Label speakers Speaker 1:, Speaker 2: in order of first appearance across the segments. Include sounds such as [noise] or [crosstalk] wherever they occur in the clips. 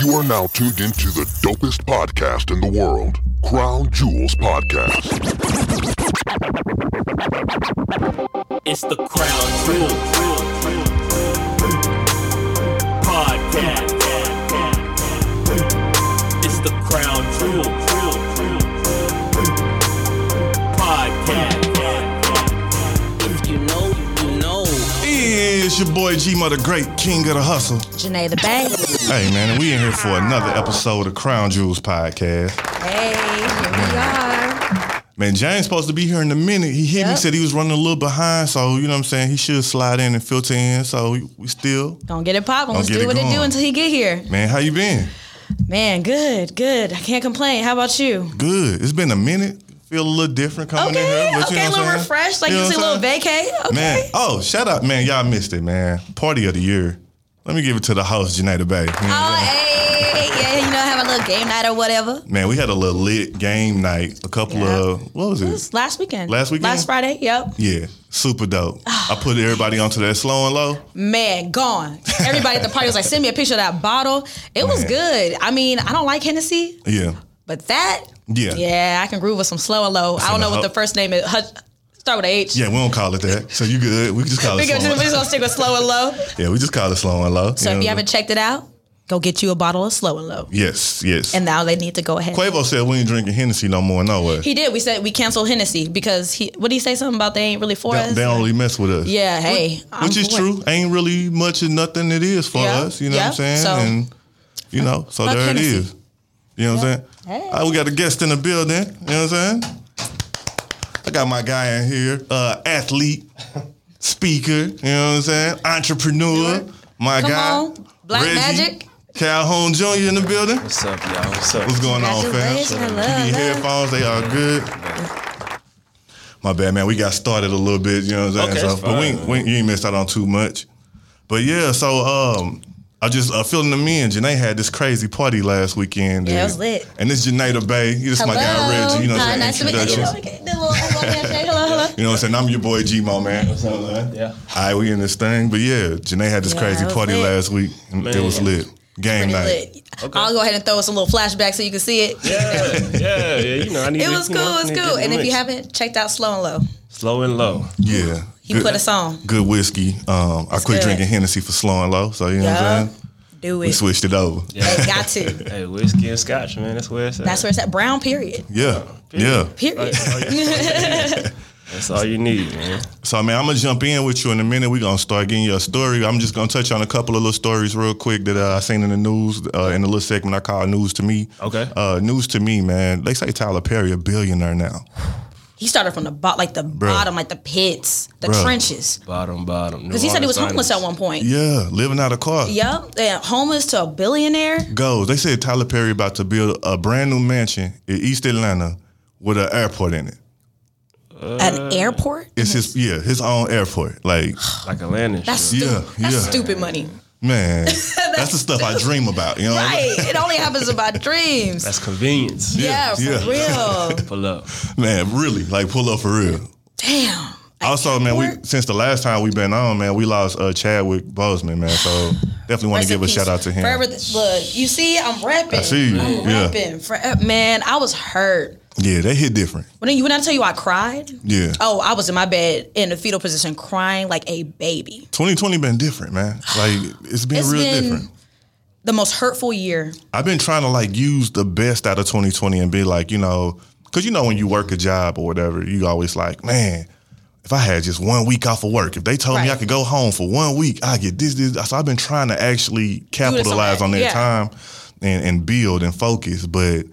Speaker 1: You are now tuned into the dopest podcast in the world, Crown Jewels Podcast.
Speaker 2: It's the Crown Jewel Podcast. It's the Crown Jewel Podcast. If you know, you know.
Speaker 3: It's your boy G Mother, great king of the hustle.
Speaker 4: Janae the Bank.
Speaker 3: Hey man, we in here for another episode of Crown Jewels podcast.
Speaker 4: hey, here we are.
Speaker 3: Man, James supposed to be here in a minute. He hit me,
Speaker 4: Yep.
Speaker 3: said he was running a little behind, so you know what I'm saying. He should slide in and filter in. So we still,
Speaker 4: Don't get it popping. Let's
Speaker 3: get
Speaker 4: do
Speaker 3: it
Speaker 4: what it do
Speaker 3: going.
Speaker 4: until he get here.
Speaker 3: man, how you been?
Speaker 4: Man, good, good. I can't complain. How about you?
Speaker 3: Good. It's been a minute. Feel a little different coming in
Speaker 4: Okay,
Speaker 3: here. But you know
Speaker 4: okay, a
Speaker 3: what
Speaker 4: little
Speaker 3: I'm saying?
Speaker 4: refreshed. Like
Speaker 3: You
Speaker 4: you
Speaker 3: know
Speaker 4: see a
Speaker 3: what
Speaker 4: little
Speaker 3: I'm saying?
Speaker 4: vacay. Okay.
Speaker 3: Man, oh shout out, man, y'all missed it, man. Party of the year. Let me give it to the host, Janita Bay. You know what I'm
Speaker 4: Oh,
Speaker 3: saying?
Speaker 4: hey, yeah, you know, have a little game night or whatever.
Speaker 3: Man, we had a little lit game night. A couple
Speaker 4: Yeah.
Speaker 3: of what was it?
Speaker 4: It was last weekend.
Speaker 3: Last weekend?
Speaker 4: Last Friday. Yep.
Speaker 3: Yeah, super dope. I put everybody onto that slow and low.
Speaker 4: Man, gone. Everybody at the party was like, send me a picture of that bottle. It was
Speaker 3: Man.
Speaker 4: good. I mean, I don't like Hennessy,
Speaker 3: Yeah,
Speaker 4: but that,
Speaker 3: yeah,
Speaker 4: yeah, I can groove with some slow and low. I don't know what the first name is. Hutch, start with a H.
Speaker 3: Yeah, We don't call it that, so you good. We can just call it
Speaker 4: We
Speaker 3: slow.
Speaker 4: just, we
Speaker 3: And
Speaker 4: just
Speaker 3: low.
Speaker 4: gonna stick with slow and low.
Speaker 3: Yeah, we just call it slow and low.
Speaker 4: So
Speaker 3: know
Speaker 4: if
Speaker 3: what
Speaker 4: you
Speaker 3: I'm
Speaker 4: haven't checked it out, go get you a bottle of slow and low.
Speaker 3: saying? yes, yes.
Speaker 4: And now they need to go ahead.
Speaker 3: Quavo said we ain't drinking Hennessy no more. No way.
Speaker 4: He did. We said we canceled Hennessy because he. What did he say? Something about they ain't really for
Speaker 3: They,
Speaker 4: us.
Speaker 3: they don't really mess with us.
Speaker 4: yeah. Hey. I'm
Speaker 3: which is
Speaker 4: for it.
Speaker 3: true. Ain't really much of nothing it is for
Speaker 4: Yeah,
Speaker 3: us. You know what I'm
Speaker 4: yeah,
Speaker 3: saying?
Speaker 4: so-
Speaker 3: and you know, so
Speaker 4: Fuck
Speaker 3: there
Speaker 4: Hennessy.
Speaker 3: it is. You know what I'm saying?
Speaker 4: Hey.
Speaker 3: Uh, we got a guest in the building. You know what I'm saying? I got my guy in here, uh, athlete, [laughs] speaker. You know what I'm saying? Entrepreneur. My
Speaker 4: Come
Speaker 3: guy,
Speaker 4: on, Black
Speaker 3: Reggie
Speaker 4: Magic.
Speaker 3: Calhoun Jr. in the building.
Speaker 5: What's up, y'all? What's up?
Speaker 3: What's going on, fam?
Speaker 4: Congratulations, I love
Speaker 3: Keep your
Speaker 4: that.
Speaker 3: headphones, they are good. My bad, man. We got started a little bit, you know what I'm
Speaker 5: Okay,
Speaker 3: saying?
Speaker 5: that's
Speaker 3: so, but we, ain't-
Speaker 5: fine.
Speaker 3: we ain't- you ain't missed out on too much. But yeah, so um, I just uh, filling them in. Janae had this crazy party last weekend.
Speaker 4: Yeah, it
Speaker 3: dude.
Speaker 4: was lit.
Speaker 3: And this Janae Bay. You just my guy Reggie. You know what
Speaker 4: Hi,
Speaker 3: I'm saying?
Speaker 4: nice to meet you. You know,
Speaker 3: Introductions.
Speaker 4: okay, the little elbow
Speaker 3: [laughs]
Speaker 4: handshake. Hello, hello.
Speaker 3: You know what I'm saying? I'm your boy G-Mo, man. What's up, man?
Speaker 5: Yeah.
Speaker 3: All right, we in this thing. But yeah, Janae had this
Speaker 4: Yeah,
Speaker 3: crazy
Speaker 4: it was
Speaker 3: party
Speaker 4: lit.
Speaker 3: last week. And it was
Speaker 5: Man.
Speaker 3: lit. Game
Speaker 4: Pretty
Speaker 3: night.
Speaker 4: lit. I'll go ahead and throw some little flashbacks so you can see it.
Speaker 5: Yeah, yeah, yeah. You know, I need.
Speaker 4: It
Speaker 5: to,
Speaker 4: was
Speaker 5: you
Speaker 4: cool.
Speaker 5: know,
Speaker 4: It
Speaker 5: I
Speaker 4: was
Speaker 5: need to
Speaker 4: cool.
Speaker 5: get
Speaker 4: And if you
Speaker 5: mixed.
Speaker 4: haven't checked out Slow and Low,
Speaker 5: slow and low,
Speaker 3: Yeah.
Speaker 4: he
Speaker 3: Good-
Speaker 4: put us on.
Speaker 3: good whiskey. Um, I quit
Speaker 4: good.
Speaker 3: drinking Hennessy for slow and low, so you know what
Speaker 4: Yeah.
Speaker 3: I'm saying.
Speaker 4: Do
Speaker 3: We
Speaker 4: it.
Speaker 3: switched it over. Yeah,
Speaker 4: They got to.
Speaker 5: hey, whiskey and scotch, man. That's where it's at.
Speaker 4: That's where it's at. Brown period.
Speaker 3: yeah.
Speaker 4: Period.
Speaker 5: That's all you need, man.
Speaker 3: So man, I'm gonna jump in with you in a minute. We're gonna start getting your story. I'm just gonna touch on a couple of little stories real quick that uh, I seen in the news uh, in the little segment I call "News to Me."
Speaker 5: Okay.
Speaker 3: Uh, news to me, man. They say Tyler Perry a billionaire now.
Speaker 4: He started from the bottom, like the bottom, like the pits, the
Speaker 3: Bruh.
Speaker 4: trenches.
Speaker 5: Bottom, bottom.
Speaker 4: Because he said he was homeless at one point.
Speaker 3: Yeah, living out of car.
Speaker 4: Yup, and homeless to a billionaire.
Speaker 3: Goes. They said Tyler Perry about to build a brand new mansion in East Atlanta with an airport in it.
Speaker 4: An airport?
Speaker 3: It's his yeah, his own airport. Like
Speaker 5: Like Atlanta.
Speaker 4: That's
Speaker 5: That's
Speaker 4: stupid.
Speaker 3: Yeah,
Speaker 4: That's
Speaker 3: yeah.
Speaker 4: stupid money. [laughs]
Speaker 3: Man, that's, the stuff I dream about. You know, what I'm
Speaker 4: Right. it only happens in my dreams.
Speaker 5: that's convenience.
Speaker 4: yeah, for
Speaker 3: yeah. [laughs]
Speaker 4: real.
Speaker 5: Pull up.
Speaker 3: man, really, like pull up for real.
Speaker 4: Damn.
Speaker 3: Also, man, we
Speaker 4: airport?
Speaker 3: since the last time we've been on, man, we lost uh, Chadwick Boseman, man. So definitely want to
Speaker 4: Rest in
Speaker 3: give a
Speaker 4: peace.
Speaker 3: shout out to him.
Speaker 4: Forever th- look, you see, I'm repping.
Speaker 3: I see you.
Speaker 4: I'm
Speaker 3: Yeah.
Speaker 4: repping. Forever- man, I was hurt.
Speaker 3: Yeah, they hit different.
Speaker 4: When you when I tell you I cried,
Speaker 3: Yeah,
Speaker 4: oh, I was in my bed in the fetal position crying like a baby.
Speaker 3: 2020 been different, man. Like it's been
Speaker 4: It's
Speaker 3: real
Speaker 4: been-
Speaker 3: different.
Speaker 4: The most hurtful year
Speaker 3: I've been trying to like use the best out of 2020 and be like, you know, because you know when you work a job or whatever, you always like, man, if I had just one week off of work, if they told me I
Speaker 4: Right.
Speaker 3: could go home for one week, I get this, this. So I've been trying to actually capitalize on their
Speaker 4: yeah.
Speaker 3: time and, and build and focus, but.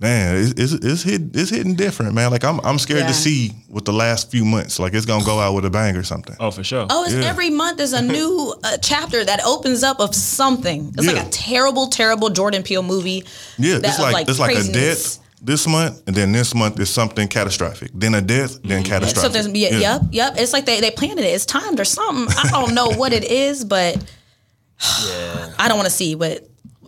Speaker 3: Man, it's it's it's, hit, it's hitting different, man. Like I'm I'm scared
Speaker 4: Yeah.
Speaker 3: to see what the last few months. Like it's gonna go out with a bang or something.
Speaker 5: Oh, for sure.
Speaker 4: Oh, it's
Speaker 3: Yeah.
Speaker 4: every month is a new uh, chapter that opens up of something. It's
Speaker 3: Yeah.
Speaker 4: like a terrible, terrible Jordan Peele movie.
Speaker 3: Yeah,
Speaker 4: that-
Speaker 3: it's
Speaker 4: of,
Speaker 3: like, it's like a
Speaker 4: craziness.
Speaker 3: death this month, and then this month is something catastrophic. Then a death, then catastrophic.
Speaker 4: Something, Mm-hmm. yeah, yep, yep. It's like they, they planted it. It's timed or something. I don't know what it is, but [sighs]
Speaker 5: Yeah.
Speaker 4: I don't want to see what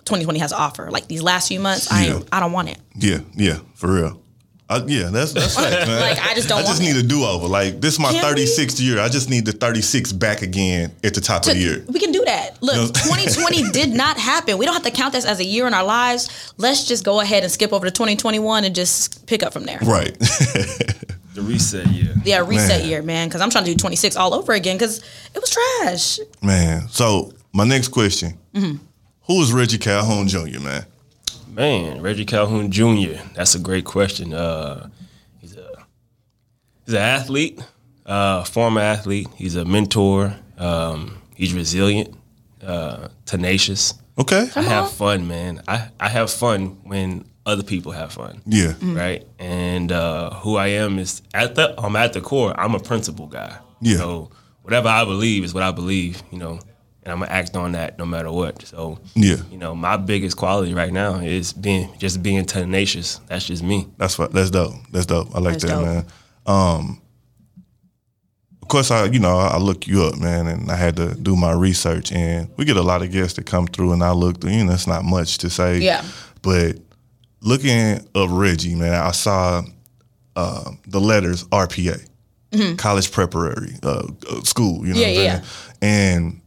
Speaker 4: 2020 has to offer. Like these last few months, I
Speaker 3: Yeah. [laughs]
Speaker 4: I don't want it.
Speaker 3: Yeah, yeah, for real. I, yeah, that's
Speaker 4: [laughs]
Speaker 3: that's fact, man.
Speaker 4: Like, I just don't
Speaker 3: I just
Speaker 4: want
Speaker 3: need a do over. Like this is my
Speaker 4: Can we-
Speaker 3: 36th year. I just need the 36 back again at the top of the year.
Speaker 4: to- we can do that. Look,
Speaker 3: No. [laughs]
Speaker 4: 2020 did not happen. We don't have to count this as a year in our lives. Let's just go ahead and skip over to 2021 and just pick up from there.
Speaker 3: Right. [laughs]
Speaker 5: The reset year.
Speaker 4: Yeah, reset
Speaker 3: Man.
Speaker 4: year, man. Because I'm trying to do 26 all over again because it was trash.
Speaker 3: man. So my next question.
Speaker 4: Mm-hmm.
Speaker 3: Who is Reggie Calhoun Jr., man?
Speaker 5: Man, Reggie Calhoun Jr. That's a great question. Uh, he's a he's an athlete, uh, former athlete. He's a mentor. Um, he's resilient, uh, tenacious.
Speaker 3: Okay.
Speaker 5: I have fun, man. I, I have fun when other people have fun,
Speaker 3: Yeah.
Speaker 5: right? And uh, who I am is at the I'm at the core. I'm a principle guy.
Speaker 3: Yeah.
Speaker 5: So whatever I believe is what I believe, you know, and I'm gonna act on that no matter what. So
Speaker 3: Yeah.
Speaker 5: you know, my biggest quality right now is being just being tenacious. That's just me.
Speaker 3: That's what that's dope. That's dope. I like
Speaker 4: That's
Speaker 3: that,
Speaker 4: dope.
Speaker 3: man. Um of course I you know, I look you up, man, and I had to do my research and we get a lot of guests that come through and I look through, you know, it's not much to say.
Speaker 4: Yeah.
Speaker 3: But looking up Reggie, man, I saw uh, the letters RPA. College preparatory uh, uh, school, you know
Speaker 4: Mm-hmm. Yeah,
Speaker 3: what I'm
Speaker 4: yeah.
Speaker 3: saying? And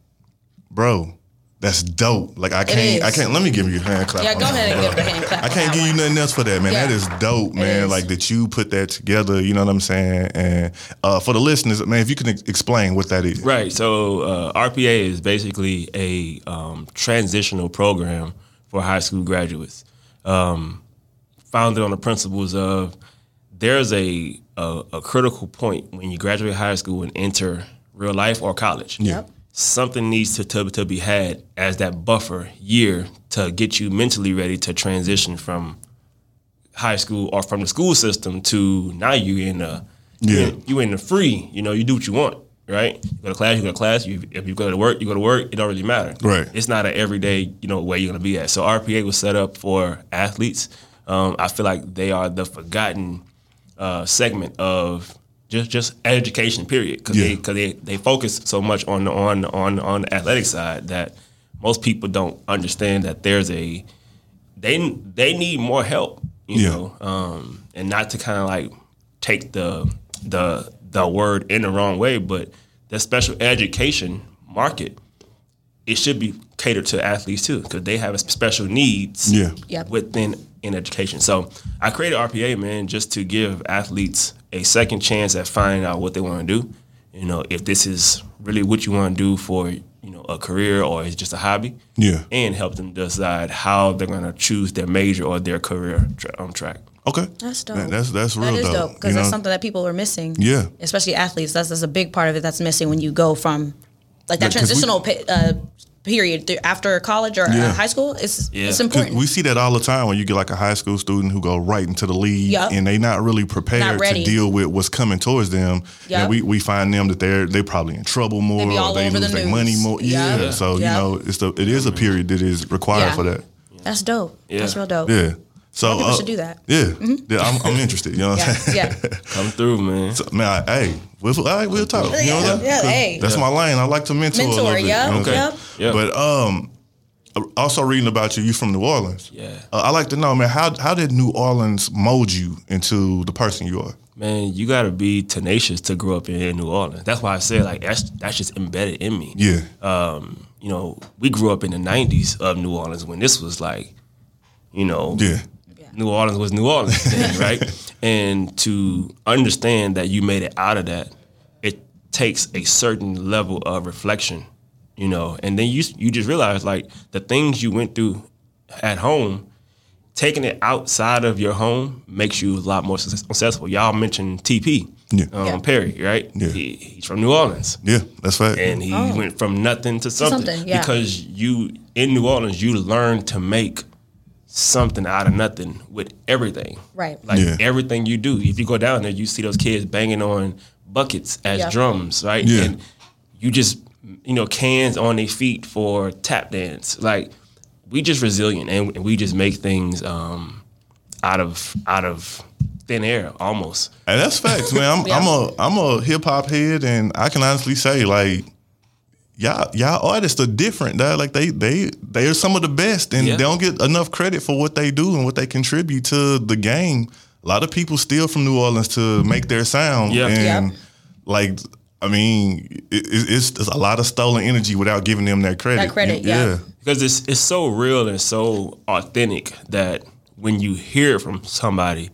Speaker 3: bro, that's dope. Like I can't I
Speaker 4: is.
Speaker 3: can't let me give you a hand clap.
Speaker 4: Yeah,
Speaker 3: on
Speaker 4: go
Speaker 3: that,
Speaker 4: ahead and
Speaker 3: bro.
Speaker 4: give her a hand clap.
Speaker 3: Oh, I
Speaker 4: on
Speaker 3: can't
Speaker 4: that
Speaker 3: give you
Speaker 4: one.
Speaker 3: nothing else for that, man.
Speaker 4: Yeah.
Speaker 3: That is dope, man.
Speaker 4: is.
Speaker 3: Like that you put that together. You know what I'm saying? And uh, for the listeners, man, if you can ex- explain what that is,
Speaker 5: Right. So uh, RPA is basically a um, transitional program for high school graduates, um, founded on the principles of there's a, a a critical point when you graduate high school and enter real life or college.
Speaker 4: Yep.
Speaker 5: Something needs to, to to be had as that buffer year to get you mentally ready to transition from high school or from the school system to now you in a
Speaker 3: Yeah.
Speaker 5: you, you in the free. You know, you do what you want, right? You go to class, you go to class. You if you go to work, you go to work. It don't really matter.
Speaker 3: Right.
Speaker 5: It's not an everyday you know where you're gonna be at. So RPA was set up for athletes. Um, I feel like they are the forgotten uh, segment of just just education period because
Speaker 3: Yeah.
Speaker 5: they because they, they focus so much on the on on on the athletic side that most people don't understand that there's a they they need more help, you
Speaker 3: Yeah.
Speaker 5: know, um, and not to kind of like take the the the word in the wrong way, but the special education market it should be catered to athletes too because they have special needs
Speaker 3: Yeah.
Speaker 4: Yep.
Speaker 5: within in education. So I created RPA man just to give athletes a second chance at finding out what they want to do. You know, if this is really what you want to do for you know a career or it's just a hobby
Speaker 3: Yeah.
Speaker 5: and help them decide how they're going to choose their major or their career tra- um, track.
Speaker 3: Okay,
Speaker 4: That's dope.
Speaker 3: Man, that's that's real
Speaker 4: That is
Speaker 3: dope.
Speaker 4: dope because
Speaker 3: you
Speaker 4: that's
Speaker 3: know?
Speaker 4: something that people are missing.
Speaker 3: Yeah.
Speaker 4: Especially athletes. That's, that's a big part of it that's missing when you go from like that
Speaker 3: Yeah, 'cause we-
Speaker 4: transitional pe- uh, period th- after college or
Speaker 3: Yeah.
Speaker 4: uh, high school. It's, it's
Speaker 5: Yeah.
Speaker 3: 'Cause
Speaker 4: important.
Speaker 3: We see that all the time when you get like a high school student who go right into the league
Speaker 4: Yup.
Speaker 3: and they not really prepared
Speaker 4: Not
Speaker 3: to
Speaker 4: ready.
Speaker 3: deal with what's coming towards them. And
Speaker 4: Yup.
Speaker 3: we, we find them that they're they probably in trouble more
Speaker 4: be
Speaker 3: or
Speaker 4: all
Speaker 3: they
Speaker 4: over the
Speaker 3: lose their money
Speaker 4: news.
Speaker 3: more.
Speaker 4: Yeah.
Speaker 3: Yeah. So
Speaker 4: Yeah.
Speaker 3: you know it's the it is a period that is required
Speaker 4: Yeah.
Speaker 3: for that.
Speaker 4: That's dope.
Speaker 5: Yeah.
Speaker 4: That's real dope.
Speaker 3: Yeah. So
Speaker 4: people
Speaker 3: uh,
Speaker 4: should do that. Mm-hmm.
Speaker 3: Yeah. Yeah. I'm, I'm interested. You know what I'm
Speaker 4: Yeah.
Speaker 3: saying? [laughs]
Speaker 4: yeah.
Speaker 5: Come through, man.
Speaker 3: Man, I, hey, we'll, all right, we'll talk. You know what I'm saying?
Speaker 4: Yeah, hey.
Speaker 3: That's my lane. I like to mentor. a
Speaker 4: Mentor,
Speaker 3: little bit,
Speaker 4: yeah,
Speaker 3: you know what I'm
Speaker 4: yeah.
Speaker 3: saying?
Speaker 5: Yeah.
Speaker 3: But um, also reading about you, you from New Orleans.
Speaker 5: Yeah.
Speaker 3: Uh, I like to know, man, how how did New Orleans mold you into the person you are?
Speaker 5: Man, you got to be tenacious to grow up in, in New Orleans. That's why I said like that's that's just embedded in me.
Speaker 3: Yeah.
Speaker 5: You know, we grew up in the '90s of New Orleans when this was like, you know,
Speaker 3: yeah.
Speaker 5: New Orleans was New
Speaker 3: [laughs]
Speaker 5: Orleans, then, right? and to understand that you made it out of that, it takes a certain level of reflection, you know. And then you you just realize like the things you went through at home, taking it outside of your home makes you a lot more success- successful. Y'all mentioned TP,
Speaker 3: Yeah.
Speaker 5: um,
Speaker 4: Yeah.
Speaker 5: Perry, right?
Speaker 3: Yeah.
Speaker 5: He, he's from New Orleans
Speaker 3: Yeah. That's fact.
Speaker 5: and he went from nothing to something,
Speaker 4: Oh. something, yeah.
Speaker 5: because you in New Orleans you learn to make something out of nothing with everything.
Speaker 4: Right.
Speaker 5: Like
Speaker 3: Yeah.
Speaker 5: everything you do. If you go down there, you see those kids banging on buckets as
Speaker 4: Yeah.
Speaker 5: drums, right?
Speaker 3: Yeah.
Speaker 5: And you just you know cans on their feet for tap dance. Like we just resilient and, and we just make things um, out of out of thin air almost.
Speaker 3: And that's facts, man. I'm, I'm a I'm a hip hop head, and I can honestly say, like, y'all y'all artists are different. Dog. Like they they they are some of the best, and
Speaker 5: Yeah.
Speaker 3: they don't get enough credit for what they do and what they contribute to the game. a lot of people steal from New Orleans to make their sound.
Speaker 5: Yeah.
Speaker 3: And
Speaker 4: Yep.
Speaker 3: like, I mean, it, it- it's, it's a lot of stolen energy without giving them that credit.
Speaker 4: That credit, yeah.
Speaker 5: because it's it's so real and so authentic that when you hear it from somebody,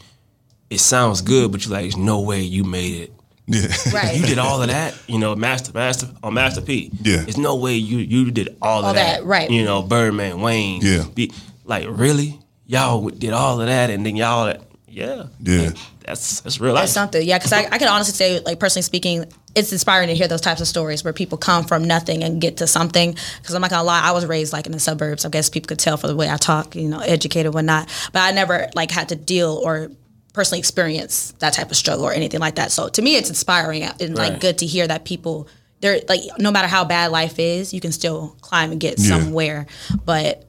Speaker 5: it sounds good, but you're like, "There's no way you made it.
Speaker 3: Yeah. [laughs]
Speaker 4: Right.
Speaker 5: You did all of that, you know, Master Master on Master P.
Speaker 3: Yeah.
Speaker 5: there's no way you you did all,
Speaker 4: All
Speaker 5: of that,
Speaker 4: that, right.
Speaker 5: You know, Birdman, Wayne,
Speaker 3: Yeah.
Speaker 5: Be- like really, y'all did all of that, and then y'all, that, yeah,
Speaker 3: Yeah.
Speaker 5: that's that's real life.
Speaker 4: That's something, yeah. Because I, I could honestly say, like personally speaking, it's inspiring to hear those types of stories where people come from nothing and get to something. Because I'm not gonna lie, I was raised like in the suburbs. I guess people could tell from the way I talk, you know, educated, whatnot. But I never like had to deal or personally experience that type of struggle or anything like that. So to me, it's inspiring and
Speaker 5: Right.
Speaker 4: like good to hear that people. They're like no matter how bad life is, you can still climb and get
Speaker 3: Yeah.
Speaker 4: somewhere. But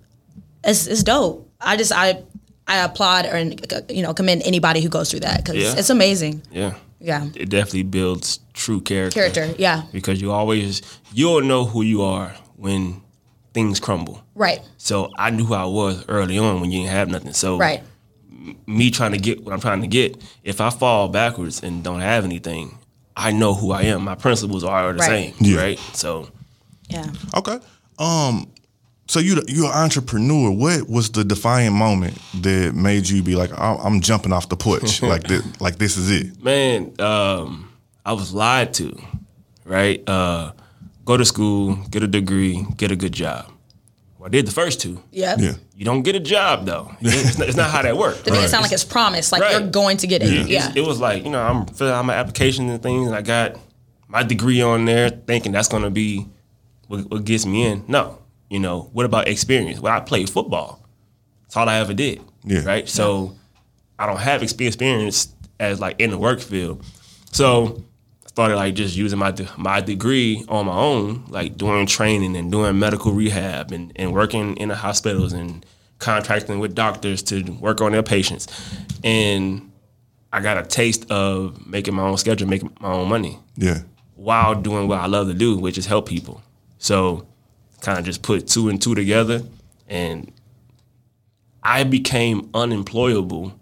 Speaker 4: it's, it's dope. I just I I applaud and uh, you know commend anybody who goes through that because
Speaker 5: Yeah.
Speaker 4: it's amazing.
Speaker 5: yeah,
Speaker 4: Yeah.
Speaker 5: it definitely builds true character.
Speaker 4: Character, yeah.
Speaker 5: because you always you'll know who you are when things crumble.
Speaker 4: Right.
Speaker 5: So I knew who I was early on when you didn't have nothing. So
Speaker 4: Right.
Speaker 5: me trying to get what I'm trying to get, if I fall backwards and don't have anything, I know who I am. My principles are the
Speaker 4: Right.
Speaker 5: same,
Speaker 3: Yeah.
Speaker 5: right? So
Speaker 4: Yeah.
Speaker 3: Okay. Um, so you you're an entrepreneur. What was the defiant moment that made you be like, I'm, I'm jumping off the porch, like this, like this is it?
Speaker 5: man, um, I was lied to, right? Uh, go to school, get a degree, get a good job. Well, I did the first two.
Speaker 4: Yep.
Speaker 3: Yeah.
Speaker 5: You don't get a job though. It's not, it's not how that works.
Speaker 4: To make it sound like it's promised, like
Speaker 5: Right.
Speaker 4: you're going to get it. Yeah.
Speaker 5: It's- It was like, you know, I'm filling out my applications and things, and I got my degree on there, thinking that's going to be what, what gets me in. No, you know, what about experience? Well, I played football. That's all I ever did.
Speaker 3: Yeah.
Speaker 5: Right. So I don't have exp- experience as like in the work field. So I started like just using my de- my degree on my own, like doing training and doing medical rehab and, and working in the hospitals and contracting with doctors to work on their patients. And I got a taste of making my own schedule, making my own money
Speaker 3: Yeah.
Speaker 5: while doing what I love to do, which is help people. So kind of just put two and two together and I became unemployable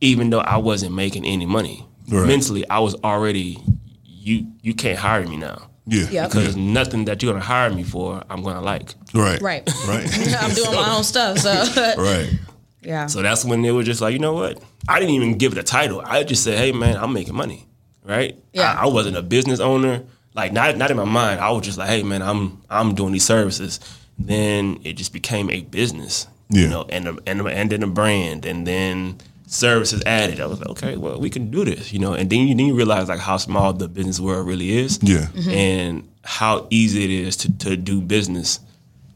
Speaker 5: even though I wasn't making any money.
Speaker 3: Right.
Speaker 5: Mentally, I was already you you can't hire me now.
Speaker 3: Yeah.
Speaker 4: Yep.
Speaker 5: Because nothing that you're gonna hire me for, I'm gonna like.
Speaker 3: Right.
Speaker 4: Right. [laughs]
Speaker 3: Right.
Speaker 4: I'm doing my own stuff. So
Speaker 3: [laughs] right.
Speaker 4: [laughs] yeah.
Speaker 5: So that's when it was just like, you know what? I didn't even give it a title. I just said, hey man, I'm making money, right?
Speaker 4: Yeah.
Speaker 5: I, I wasn't a business owner. Like not not in my mind. I was just like, hey man, I'm I'm doing these services. Then it just became a business,
Speaker 3: Yeah.
Speaker 5: you know, and a, and a, and then a brand, and then services added. I was like, okay, well we can do this, you know. And then you then you realize like how small the business world really is,
Speaker 3: Yeah.
Speaker 4: Mm-hmm.
Speaker 3: Mhm.
Speaker 5: and how easy it is to to do business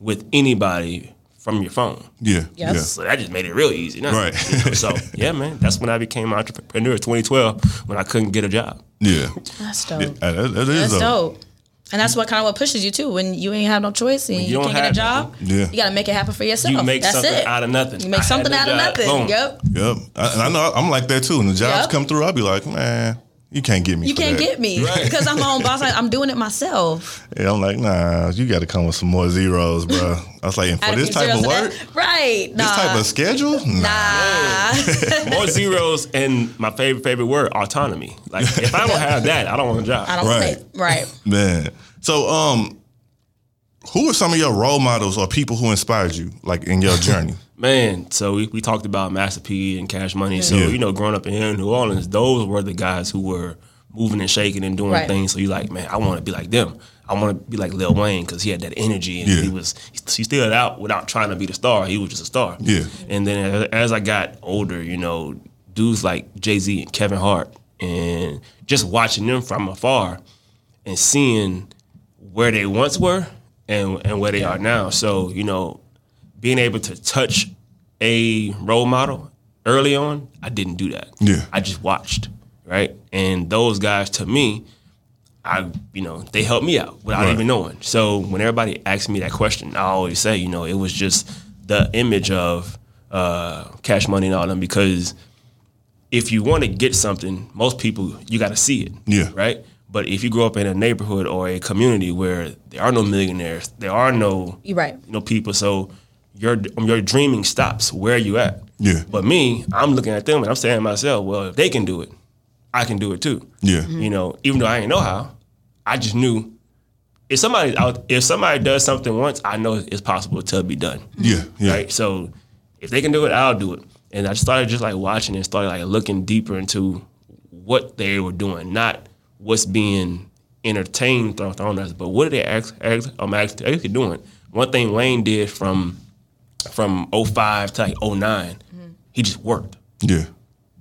Speaker 5: with anybody from your phone.
Speaker 3: Yeah.
Speaker 4: Yes.
Speaker 5: So that just made it real easy. Now.
Speaker 3: Right.
Speaker 5: You know, so yeah, man, that's when I became an entrepreneur. 2012, when I couldn't get a job.
Speaker 3: Yeah.
Speaker 4: That's
Speaker 3: Yeah.
Speaker 4: dope.
Speaker 3: Uh, that- that is
Speaker 4: That's
Speaker 3: a-
Speaker 4: dope. And that's what kind of what pushes you too. When you ain't have no choice and
Speaker 5: you
Speaker 4: you,
Speaker 5: don't
Speaker 4: can't get a
Speaker 5: have
Speaker 4: job,
Speaker 3: nothing. Yeah.
Speaker 4: you gotta make it happen for yourself.
Speaker 5: You make
Speaker 4: That's
Speaker 5: something
Speaker 4: it.
Speaker 5: out of nothing.
Speaker 4: You make
Speaker 5: I had
Speaker 4: something
Speaker 5: no
Speaker 4: out of
Speaker 5: job.
Speaker 4: nothing.
Speaker 5: Boom.
Speaker 4: Yep.
Speaker 3: Yep. I, and I know I'm like that too. When the jobs
Speaker 4: Yep.
Speaker 3: come through, I'll be like, man, you can't get me.
Speaker 4: You
Speaker 3: for
Speaker 4: can't
Speaker 3: that."
Speaker 4: get me [laughs] because I'm my own boss. I, I'm doing it myself.
Speaker 3: Yeah, I'm like, nah, you got to come with some more zeros, bro. I was like, and for
Speaker 4: Add a
Speaker 3: this
Speaker 4: few
Speaker 3: type of
Speaker 4: zeros to
Speaker 3: work,
Speaker 4: that. right? Nah.
Speaker 3: this type of schedule, nah.
Speaker 5: More zeros and my favorite favorite word, autonomy. Like if I don't have that, I don't want a job.
Speaker 4: I don't
Speaker 3: Right.
Speaker 4: right. Think, right.
Speaker 3: Man. So um who are some of your role models or people who inspired you like in your
Speaker 4: [laughs]
Speaker 3: journey?
Speaker 5: Man, so we, we talked about Master P and Cash Money. So,
Speaker 3: Yeah.
Speaker 5: you know, growing up in here in New Orleans, those were the guys who were moving and shaking and doing
Speaker 4: Right.
Speaker 5: things. So you like, man, I want to be like them. I want to be like Lil Wayne because he had that energy and
Speaker 3: Yeah.
Speaker 5: he was, he still it out without trying to be the star. He was just a star.
Speaker 3: Yeah.
Speaker 5: And then as, as I got older, you know, dudes like Jay Z and Kevin Hart and just watching them from afar and seeing where they once were and, and where they are now. So, you know, being able to touch a role model early on, I didn't do that.
Speaker 3: Yeah.
Speaker 5: I just watched, right? And those guys to me, I you know, they helped me out without
Speaker 3: Right.
Speaker 5: even knowing. So when everybody asks me that question, I always say, you know, it was just the image of uh, cash money and all them because if you want to get something, most people you got to see it.
Speaker 3: Yeah.
Speaker 5: Right. But if you grow up in a neighborhood or a community where there are no millionaires, there are no
Speaker 4: You're right.
Speaker 5: you know people, so your um, your dreaming stops where you at.
Speaker 3: Yeah.
Speaker 5: But me, I'm looking at them and I'm saying to myself, well, if they can do it, I can do it too.
Speaker 3: Yeah.
Speaker 4: Mm-hmm.
Speaker 5: You know, even though I didn't know how, I just knew if somebody out if somebody does something once, I know it's possible to be done.
Speaker 3: Yeah. Yeah.
Speaker 5: Right. So if they can do it, I'll do it. And I started just like watching and started like looking deeper into what they were doing, not what's being entertained thrown on us, but what are they actually, actually, um, actually, actually doing? One thing Wayne did from from 05 to like 9
Speaker 4: Mm-hmm.
Speaker 5: he just worked
Speaker 3: Yeah.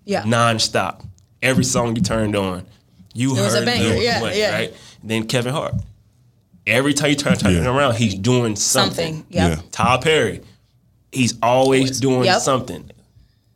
Speaker 4: Yeah.
Speaker 5: nonstop. Every song you turned on, you
Speaker 4: was a
Speaker 5: heard
Speaker 4: banger.
Speaker 5: Lil
Speaker 4: Yeah,
Speaker 5: Wayne,
Speaker 4: yeah.
Speaker 5: right? Then Kevin Hart. Every time you turn, turn
Speaker 3: Yeah.
Speaker 5: around, he's doing
Speaker 4: Something.
Speaker 5: something.
Speaker 4: Yeah.
Speaker 3: Yeah.
Speaker 5: Tyler Perry. He's always doing
Speaker 4: Yep.
Speaker 5: something.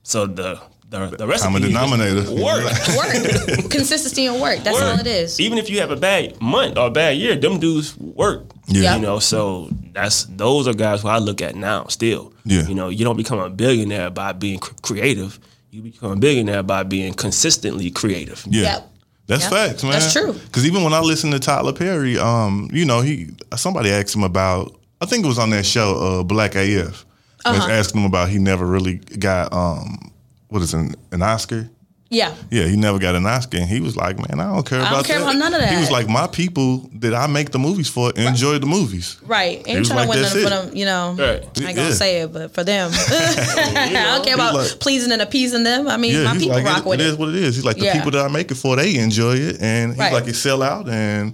Speaker 5: So the the, the rest
Speaker 3: Common denominator. [laughs]
Speaker 5: work.
Speaker 4: Work. Consistency and work. That's all it is.
Speaker 5: Even if you have a bad month or a bad year, them dudes work.
Speaker 3: Yeah.
Speaker 5: You know, so that's those are guys who I look at now still.
Speaker 3: Yeah.
Speaker 5: You know, you don't become a billionaire by being cr- creative. You become a billionaire by being consistently creative.
Speaker 3: Yeah.
Speaker 4: Yep.
Speaker 3: That's
Speaker 4: Yep.
Speaker 3: facts, man.
Speaker 4: That's true.
Speaker 3: Because even when I listen to Tyler Perry, um, you know, he somebody asked him about. I think it was on that show, uh, Black AF. uh
Speaker 4: Uh-huh.
Speaker 3: asking him about he never really got um, what is it, an, an Oscar?
Speaker 4: Yeah.
Speaker 3: Yeah, he never got an Oscar, and he was like, "Man, I don't care
Speaker 4: don't
Speaker 3: about
Speaker 4: care
Speaker 3: that."
Speaker 4: about none of that.
Speaker 3: He was like, "My people that I make the movies for enjoy the movies."
Speaker 4: Right.
Speaker 3: was
Speaker 4: Ain't trying
Speaker 3: like,
Speaker 4: to win
Speaker 3: that's
Speaker 4: them for
Speaker 3: it.
Speaker 4: them, you know.
Speaker 5: Right.
Speaker 4: I ain't
Speaker 3: [laughs]
Speaker 4: gonna
Speaker 3: Yeah.
Speaker 4: say it, but for them. [laughs] I don't care about
Speaker 3: like-
Speaker 4: pleasing and appeasing them. I mean,
Speaker 3: Yeah,
Speaker 4: my
Speaker 3: he's
Speaker 4: people
Speaker 3: like,
Speaker 4: rock
Speaker 3: it,
Speaker 4: with
Speaker 3: it
Speaker 4: it.
Speaker 3: is what it is. He's like, the
Speaker 4: Yeah.
Speaker 3: people that I make it for, they enjoy it, and he's
Speaker 4: Right.
Speaker 3: like, it sell out. And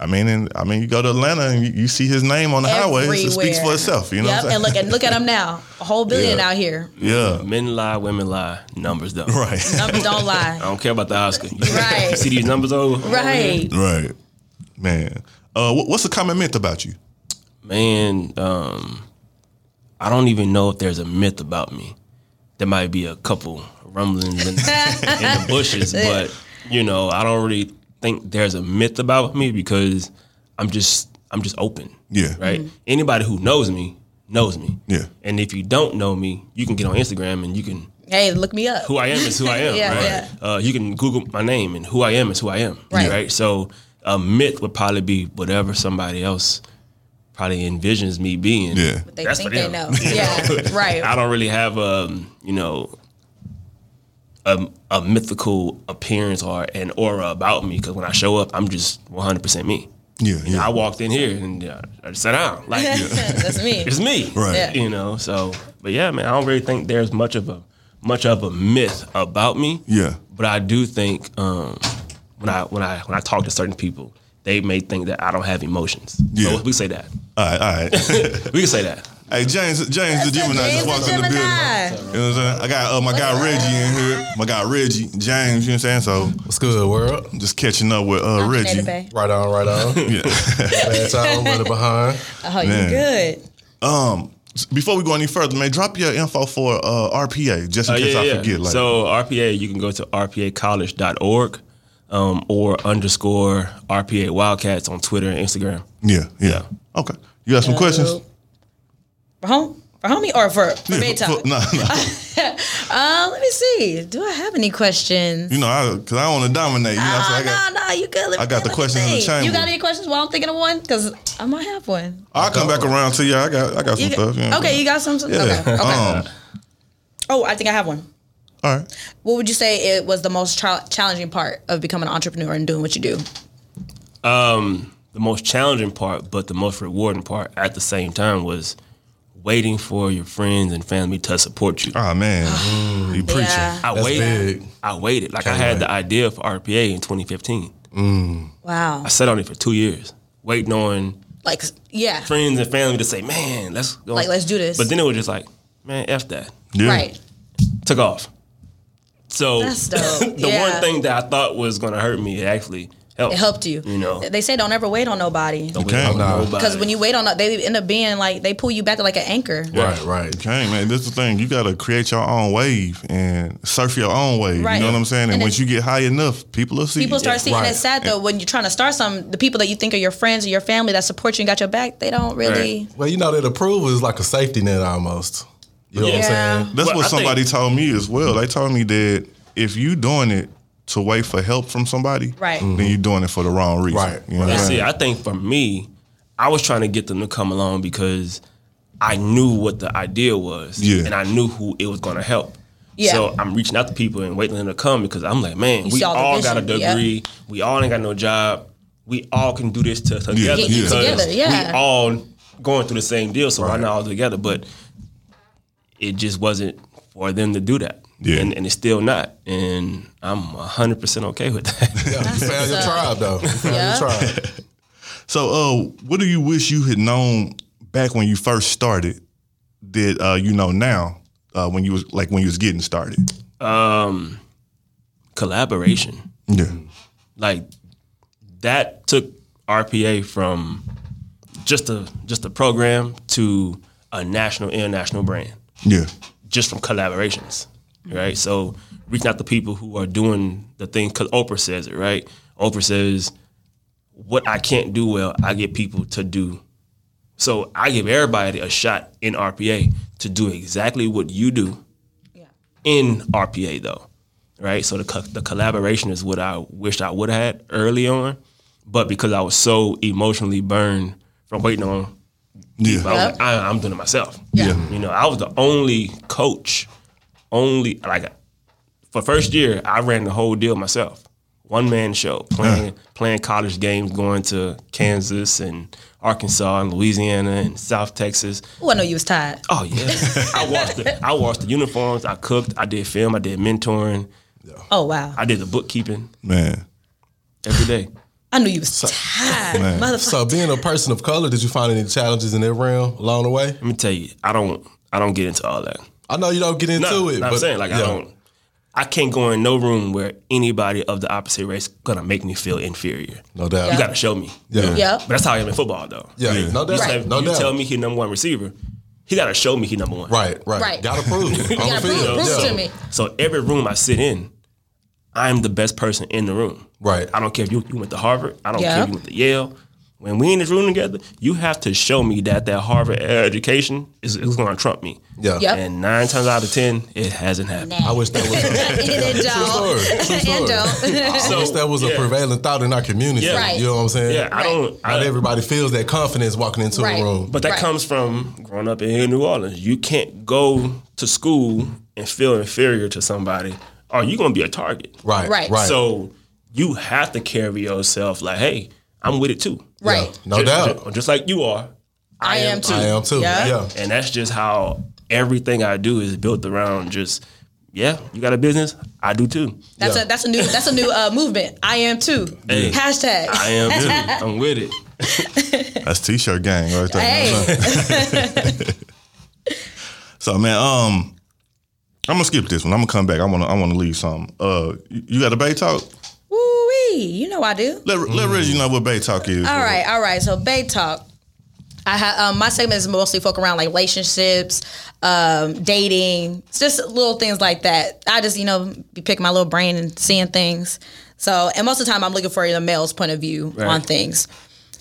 Speaker 3: I mean, and I mean, you go to Atlanta and you, you see his name on the highways. It speaks for
Speaker 4: Everywhere.
Speaker 3: itself. You know,
Speaker 4: Yep.
Speaker 3: what I'm
Speaker 4: And look
Speaker 3: saying?
Speaker 4: at look at them now. A whole billion out here.
Speaker 3: yeah,
Speaker 5: Men lie, women lie, numbers don't.
Speaker 3: [laughs] right,
Speaker 4: Numbers don't lie.
Speaker 5: I don't care about the Oscar. You
Speaker 4: Right.
Speaker 5: see these numbers
Speaker 3: [laughs]
Speaker 5: over?
Speaker 4: Right.
Speaker 3: right, man. Uh, what, what's the comment meant about you?
Speaker 5: man, um, I don't even know if there's a myth about me. There might be a couple rumblings in, in the bushes, but you know, I don't really think there's a myth about me because I'm just I'm just open.
Speaker 3: Yeah.
Speaker 5: Right? Anybody who knows me knows me.
Speaker 3: Yeah.
Speaker 5: And if you don't know me, you can get on Instagram and you can
Speaker 4: Hey, look me up.
Speaker 5: who I am is who
Speaker 4: [laughs]
Speaker 5: I am.
Speaker 4: Yeah,
Speaker 5: right?
Speaker 4: yeah.
Speaker 5: Uh, you can Google my name, and who I am is who I am.
Speaker 4: Right.
Speaker 5: So a myth would probably be whatever somebody else probably envisions me being.
Speaker 3: Yeah.
Speaker 4: They
Speaker 5: That's
Speaker 4: think
Speaker 5: for
Speaker 4: they
Speaker 3: [laughs]
Speaker 5: them.
Speaker 4: know. Yeah.
Speaker 5: I
Speaker 4: Right.
Speaker 5: don't really have um, you know, a, a mythical appearance or an aura about me because when I show up, I'm just 100 percent me.
Speaker 3: Yeah,
Speaker 5: You know,
Speaker 3: yeah,
Speaker 5: I walked in here and uh, I just sat down
Speaker 4: [laughs]
Speaker 5: like
Speaker 4: That's me.
Speaker 5: it's me.
Speaker 3: Right.
Speaker 4: Yeah.
Speaker 5: You know, so but yeah, man, I don't really think there's much of a much of a myth about me.
Speaker 3: yeah,
Speaker 5: But I do think um, when I when I when I talk to certain people, they may think that I don't have emotions.
Speaker 3: Yeah.
Speaker 5: So we say that.
Speaker 3: all right, all right.
Speaker 5: We can say that.
Speaker 3: [laughs] hey, James, James the Gemini just
Speaker 4: James the
Speaker 3: walked in the building. You
Speaker 4: Gemini.
Speaker 3: know what I'm saying? I got uh, my guy Reggie in here. My guy Reggie, James. You know what I'm saying? So
Speaker 6: What's good, world?
Speaker 3: just catching up with uh, Reggie.
Speaker 4: Bay.
Speaker 6: Right on, right
Speaker 5: [laughs]
Speaker 6: on.
Speaker 3: Yeah.
Speaker 6: Bad time, running behind.
Speaker 4: Oh, you
Speaker 3: Man.
Speaker 4: good.
Speaker 3: Um, Before we go any further, man, drop your info for uh, RPA just in
Speaker 5: Uh,
Speaker 3: case
Speaker 5: yeah,
Speaker 3: I
Speaker 5: yeah.
Speaker 3: forget. Like,
Speaker 5: so RPA, you can go to rpacollege.org um, or underscore RPA Wildcats on Twitter and Instagram.
Speaker 3: yeah, yeah, Okay. You got some questions?
Speaker 4: For home? For homie or for, for
Speaker 3: Yeah,
Speaker 4: bedtime?
Speaker 3: no, no.
Speaker 4: [laughs] Uh, let me see. Do I have any questions?
Speaker 3: You know, I, cause I want to dominate. You know, so
Speaker 4: Oh,
Speaker 3: I got,
Speaker 4: no, no, you good. Let
Speaker 3: I
Speaker 4: me-
Speaker 3: got the
Speaker 4: let me
Speaker 3: questions in the
Speaker 4: think.
Speaker 3: chamber.
Speaker 4: You got any questions while I'm thinking of one? Because I might have one.
Speaker 3: I'll come back around to you. I got, I got some
Speaker 4: You
Speaker 3: stuff.
Speaker 4: got-
Speaker 3: you know.
Speaker 4: okay, you got some. some-
Speaker 3: Yeah.
Speaker 4: Okay. okay.
Speaker 3: Um,
Speaker 4: oh, I think I have one.
Speaker 3: all right.
Speaker 4: What would you say it was the most tra- challenging part of becoming an entrepreneur and doing what you do?
Speaker 5: the most challenging part, but the most rewarding part at the same time was waiting for your friends and family to support you.
Speaker 3: Oh
Speaker 4: [sighs]
Speaker 3: man, you preaching?
Speaker 4: Yeah.
Speaker 5: I
Speaker 6: That's
Speaker 5: waited.
Speaker 6: big.
Speaker 5: I waited. Like I had the idea for RPA in 2015.
Speaker 4: Wow.
Speaker 5: I sat on it for two years, waiting on
Speaker 4: Like, yeah.
Speaker 5: friends and family to say, "Man, let's go.
Speaker 4: Like, let's do this.
Speaker 5: But then it was just like, "Man, f that."
Speaker 3: Yeah.
Speaker 4: Right.
Speaker 5: Took off. So
Speaker 4: That's dope.
Speaker 5: [laughs] the
Speaker 4: Yeah.
Speaker 5: one thing that I thought was gonna hurt me, it actually helped.
Speaker 4: It helped you.
Speaker 5: You know.
Speaker 4: They say don't ever wait on nobody.
Speaker 3: Okay.
Speaker 4: Because when you wait on, they end up being like they pull you back like an anchor.
Speaker 6: Right, right.
Speaker 3: Okay, man. This is the thing. You got to create your own wave and surf your own wave.
Speaker 4: Right.
Speaker 3: You know what I'm saying? And,
Speaker 4: And
Speaker 3: once
Speaker 4: it-
Speaker 3: you get high enough, people will see.
Speaker 4: People
Speaker 3: you.
Speaker 4: start seeing
Speaker 6: right.
Speaker 4: it's sad though when you're trying to start something. The people that you think are your friends or your family that support you and got your back, they don't really.
Speaker 6: Well, you know that approval is like a safety net almost. You know what
Speaker 4: Yeah.
Speaker 6: I'm saying?
Speaker 3: That's
Speaker 5: Well,
Speaker 3: what
Speaker 5: I think-
Speaker 3: somebody told me as well. They told me that if you doing it to wait for help from somebody,
Speaker 4: Right. Mm-hmm.
Speaker 3: then you're doing it for the wrong reason.
Speaker 6: Right.
Speaker 3: You know what
Speaker 5: But
Speaker 3: I'm
Speaker 5: see,
Speaker 3: saying?
Speaker 5: I think for me, I was trying to get them to come along because I knew what the idea was,
Speaker 3: Yeah.
Speaker 5: and I knew who it was going to help.
Speaker 4: Yeah.
Speaker 5: So I'm reaching out to people and waiting for them to come because I'm like, man,
Speaker 4: You
Speaker 5: we
Speaker 4: saw the
Speaker 5: all got a
Speaker 4: vision, yeah.
Speaker 5: degree. We all ain't got no job. We all can do this to, together.
Speaker 3: Get you
Speaker 5: because
Speaker 4: together, yeah.
Speaker 5: We all going through the same deal, so why not all together? But it just wasn't for them to do that.
Speaker 3: Yeah.
Speaker 5: And, and it's still not. And I'm 100% okay with that. [laughs]
Speaker 6: Yeah, you found your
Speaker 4: what's
Speaker 6: tribe though. You found
Speaker 4: Yeah.
Speaker 6: your tribe.
Speaker 3: So, uh, what do you wish you had known back when you first started that uh, you know now uh, when you was like when you was getting started?
Speaker 5: Collaboration.
Speaker 3: Yeah,
Speaker 5: like that took RPA from just a just a program to a national international brand
Speaker 3: yeah,
Speaker 5: just from collaborations, right? So reaching out to people who are doing the thing because Oprah says it, right? Oprah says, "What I can't do well, I get people to do." So I give everybody a shot in RPA to do exactly what you do
Speaker 4: Yeah.
Speaker 5: in RPA though, right? So the co- the collaboration is what I wish I would have had early on, but because I was so emotionally burned from waiting on,
Speaker 3: yeah,
Speaker 5: I was
Speaker 4: Yep.
Speaker 5: like, I, I'm doing it myself.
Speaker 4: Yeah.
Speaker 5: you know, I was the only coach, only like for first year I ran the whole deal myself, one man show, playing playing college games, going to Kansas and Arkansas and Louisiana and South Texas.
Speaker 4: Oh, I know you was tired. [laughs]
Speaker 5: Oh yeah, I washed the I washed the uniforms. I cooked. I did film. I did mentoring.
Speaker 4: Oh wow,
Speaker 5: I did the bookkeeping
Speaker 3: man.
Speaker 5: every day.
Speaker 4: I knew you was tired, motherfucker.
Speaker 6: So being a person of color, did you find any challenges in that realm along the way?
Speaker 5: Let me tell you, I don't I don't get into all that.
Speaker 6: I know you don't get into
Speaker 5: No,
Speaker 6: it,
Speaker 5: no,
Speaker 6: but
Speaker 5: I'm saying like I
Speaker 6: Yeah.
Speaker 5: don't. I can't go in no room where anybody of the opposite race gonna make me feel inferior.
Speaker 6: No doubt.
Speaker 5: You gotta show me.
Speaker 6: Yeah.
Speaker 4: Yep.
Speaker 5: But that's how I am in football though.
Speaker 6: Yeah, no
Speaker 5: You,
Speaker 6: doubt.
Speaker 5: say-
Speaker 6: No
Speaker 5: you
Speaker 6: doubt.
Speaker 5: tell me he number one receiver. He gotta show me he number one.
Speaker 6: Right, right.
Speaker 4: Right.
Speaker 6: Gotta prove it. You
Speaker 4: gotta prove- prove
Speaker 5: So-
Speaker 4: to me.
Speaker 5: So every room I sit in, I'm the best person in the room.
Speaker 6: Right.
Speaker 5: I don't care if you, you went to Harvard. I don't
Speaker 4: Yeah.
Speaker 5: care if you went to Yale. When we in this room together, you have to show me that that Harvard education is, is going to trump me.
Speaker 6: Yeah.
Speaker 4: Yep.
Speaker 5: And nine times out of ten, it hasn't happened.
Speaker 6: I
Speaker 4: [laughs]
Speaker 6: wish that was
Speaker 4: And
Speaker 6: [laughs]
Speaker 4: it
Speaker 6: story. True
Speaker 4: don't.
Speaker 6: story.
Speaker 4: And don't. [laughs]
Speaker 6: I wish that was a
Speaker 5: yeah.
Speaker 6: prevailing thought in our community.
Speaker 5: Yeah.
Speaker 4: Right.
Speaker 6: You know what I'm saying?
Speaker 5: Yeah, I
Speaker 4: Right.
Speaker 5: don't. I,
Speaker 6: Not everybody feels that confidence walking into
Speaker 4: Right.
Speaker 6: a room.
Speaker 5: But that
Speaker 4: Right.
Speaker 5: comes from growing up in New Orleans. You can't go to school and feel inferior to somebody, or you're going to be a target.
Speaker 6: right,
Speaker 4: Right.
Speaker 6: right. right.
Speaker 5: So you have to carry yourself like, hey, I'm with it too.
Speaker 4: Right.
Speaker 6: no
Speaker 5: Ju- ju-
Speaker 6: doubt.
Speaker 5: Just, like you are.
Speaker 4: I am too.
Speaker 6: I am too.
Speaker 4: Yeah.
Speaker 6: Yeah.
Speaker 5: And that's just how everything I do is built around just, yeah, you got a business? I do too.
Speaker 4: That's
Speaker 6: Yeah.
Speaker 4: a that's a new that's a new uh, movement. I am too.
Speaker 5: Hey.
Speaker 4: Hashtag.
Speaker 5: I
Speaker 4: [laughs]
Speaker 5: am too. I'm with it.
Speaker 3: That's t-shirt gang right there.
Speaker 4: Hey.
Speaker 3: So man, um, I'm gonna skip this one. I'm gonna come back. I wanna I wanna leave something. Uh, you you got a bay talk?
Speaker 4: Woo wee. You know I do.
Speaker 3: Let let Reggie know what bay talk is.
Speaker 4: All right, all right. So Bay Talk. I ha- um, my segment is mostly focused around like relationships, um, dating, it's just little things like that. I just you know be picking my little brain and seeing things. So and most of the time I'm looking for the male's point of view on things.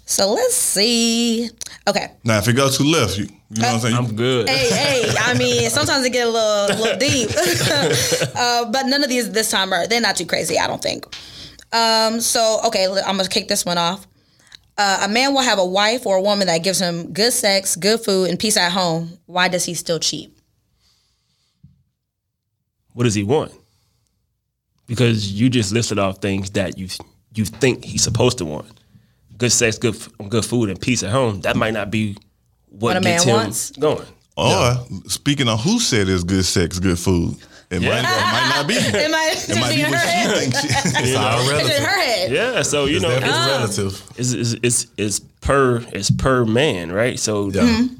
Speaker 4: So let's see. Okay.
Speaker 3: Now, if it goes too left, you, you know what I'm saying.
Speaker 5: I'm good.
Speaker 4: Hey, hey. I mean, sometimes it get a little, little deep, [laughs] uh, but none of these this time are. They're not too crazy, I don't think. Um, so okay, l- I'm gonna kick this one off. Uh, a man will have a wife or a woman that gives him good sex, good food, and peace at home. Why does he still cheat?
Speaker 5: What does he want? Because you just listed off things that you you think he's supposed to want. Good sex, good f- good food, and peace at home. That might not be what,
Speaker 4: What a
Speaker 5: gets
Speaker 4: man
Speaker 5: him
Speaker 4: wants.
Speaker 5: going.
Speaker 3: or speaking of who said it's good sex, good food, it, might, it might not be.
Speaker 4: It
Speaker 3: It
Speaker 4: might, it
Speaker 3: might be
Speaker 4: [laughs] in her
Speaker 3: what [laughs] you
Speaker 4: head.
Speaker 3: think. she-
Speaker 6: It's all
Speaker 4: It's in
Speaker 6: relative.
Speaker 4: her head.
Speaker 5: Yeah, so you know,
Speaker 6: That
Speaker 5: it's,
Speaker 6: is relative.
Speaker 5: it's, it's, it's, it's per it's per man, right? So
Speaker 6: Yeah.
Speaker 4: Mm-hmm.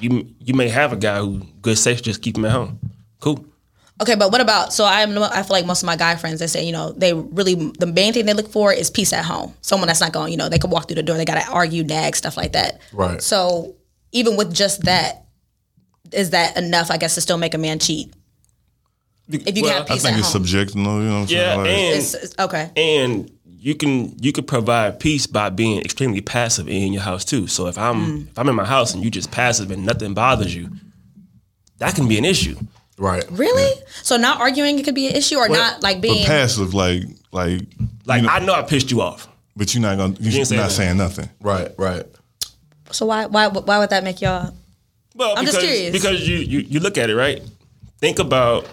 Speaker 5: you you may have a guy who good sex just keep him at home. Cool.
Speaker 4: Okay, but what about? So I am. I feel like most of my guy friends they say you know they really the main thing they look for is peace at home. Someone that's not going you know they could walk through the door. They got to argue, nag, stuff like that.
Speaker 6: Right.
Speaker 4: So even with just that, is that enough? I guess to still make a man cheat if you
Speaker 5: Well,
Speaker 4: can have
Speaker 3: I
Speaker 5: I
Speaker 4: peace
Speaker 3: think
Speaker 4: at
Speaker 3: it's
Speaker 4: home.
Speaker 3: subjective. You know what I'm
Speaker 5: Yeah,
Speaker 3: saying? Like,
Speaker 5: and
Speaker 4: It's- it's- okay.
Speaker 5: and you can you can provide peace by being extremely passive in your house too. So if I'm
Speaker 4: Mm.
Speaker 5: if I'm in my house and you just passive and nothing bothers you, that can be an issue.
Speaker 6: Right.
Speaker 4: Really? So not arguing it could be an issue, or not like
Speaker 3: but
Speaker 4: being
Speaker 3: passive, like like
Speaker 5: Like
Speaker 3: you know,
Speaker 5: I know I pissed you off.
Speaker 3: but you're not gonna you're
Speaker 5: didn't say
Speaker 3: not
Speaker 5: that.
Speaker 3: saying nothing.
Speaker 6: Right. Right.
Speaker 4: So why why why would that make y'all
Speaker 5: Well,
Speaker 4: I'm just
Speaker 5: because,
Speaker 4: curious.
Speaker 5: because you, you you look at it right. Think about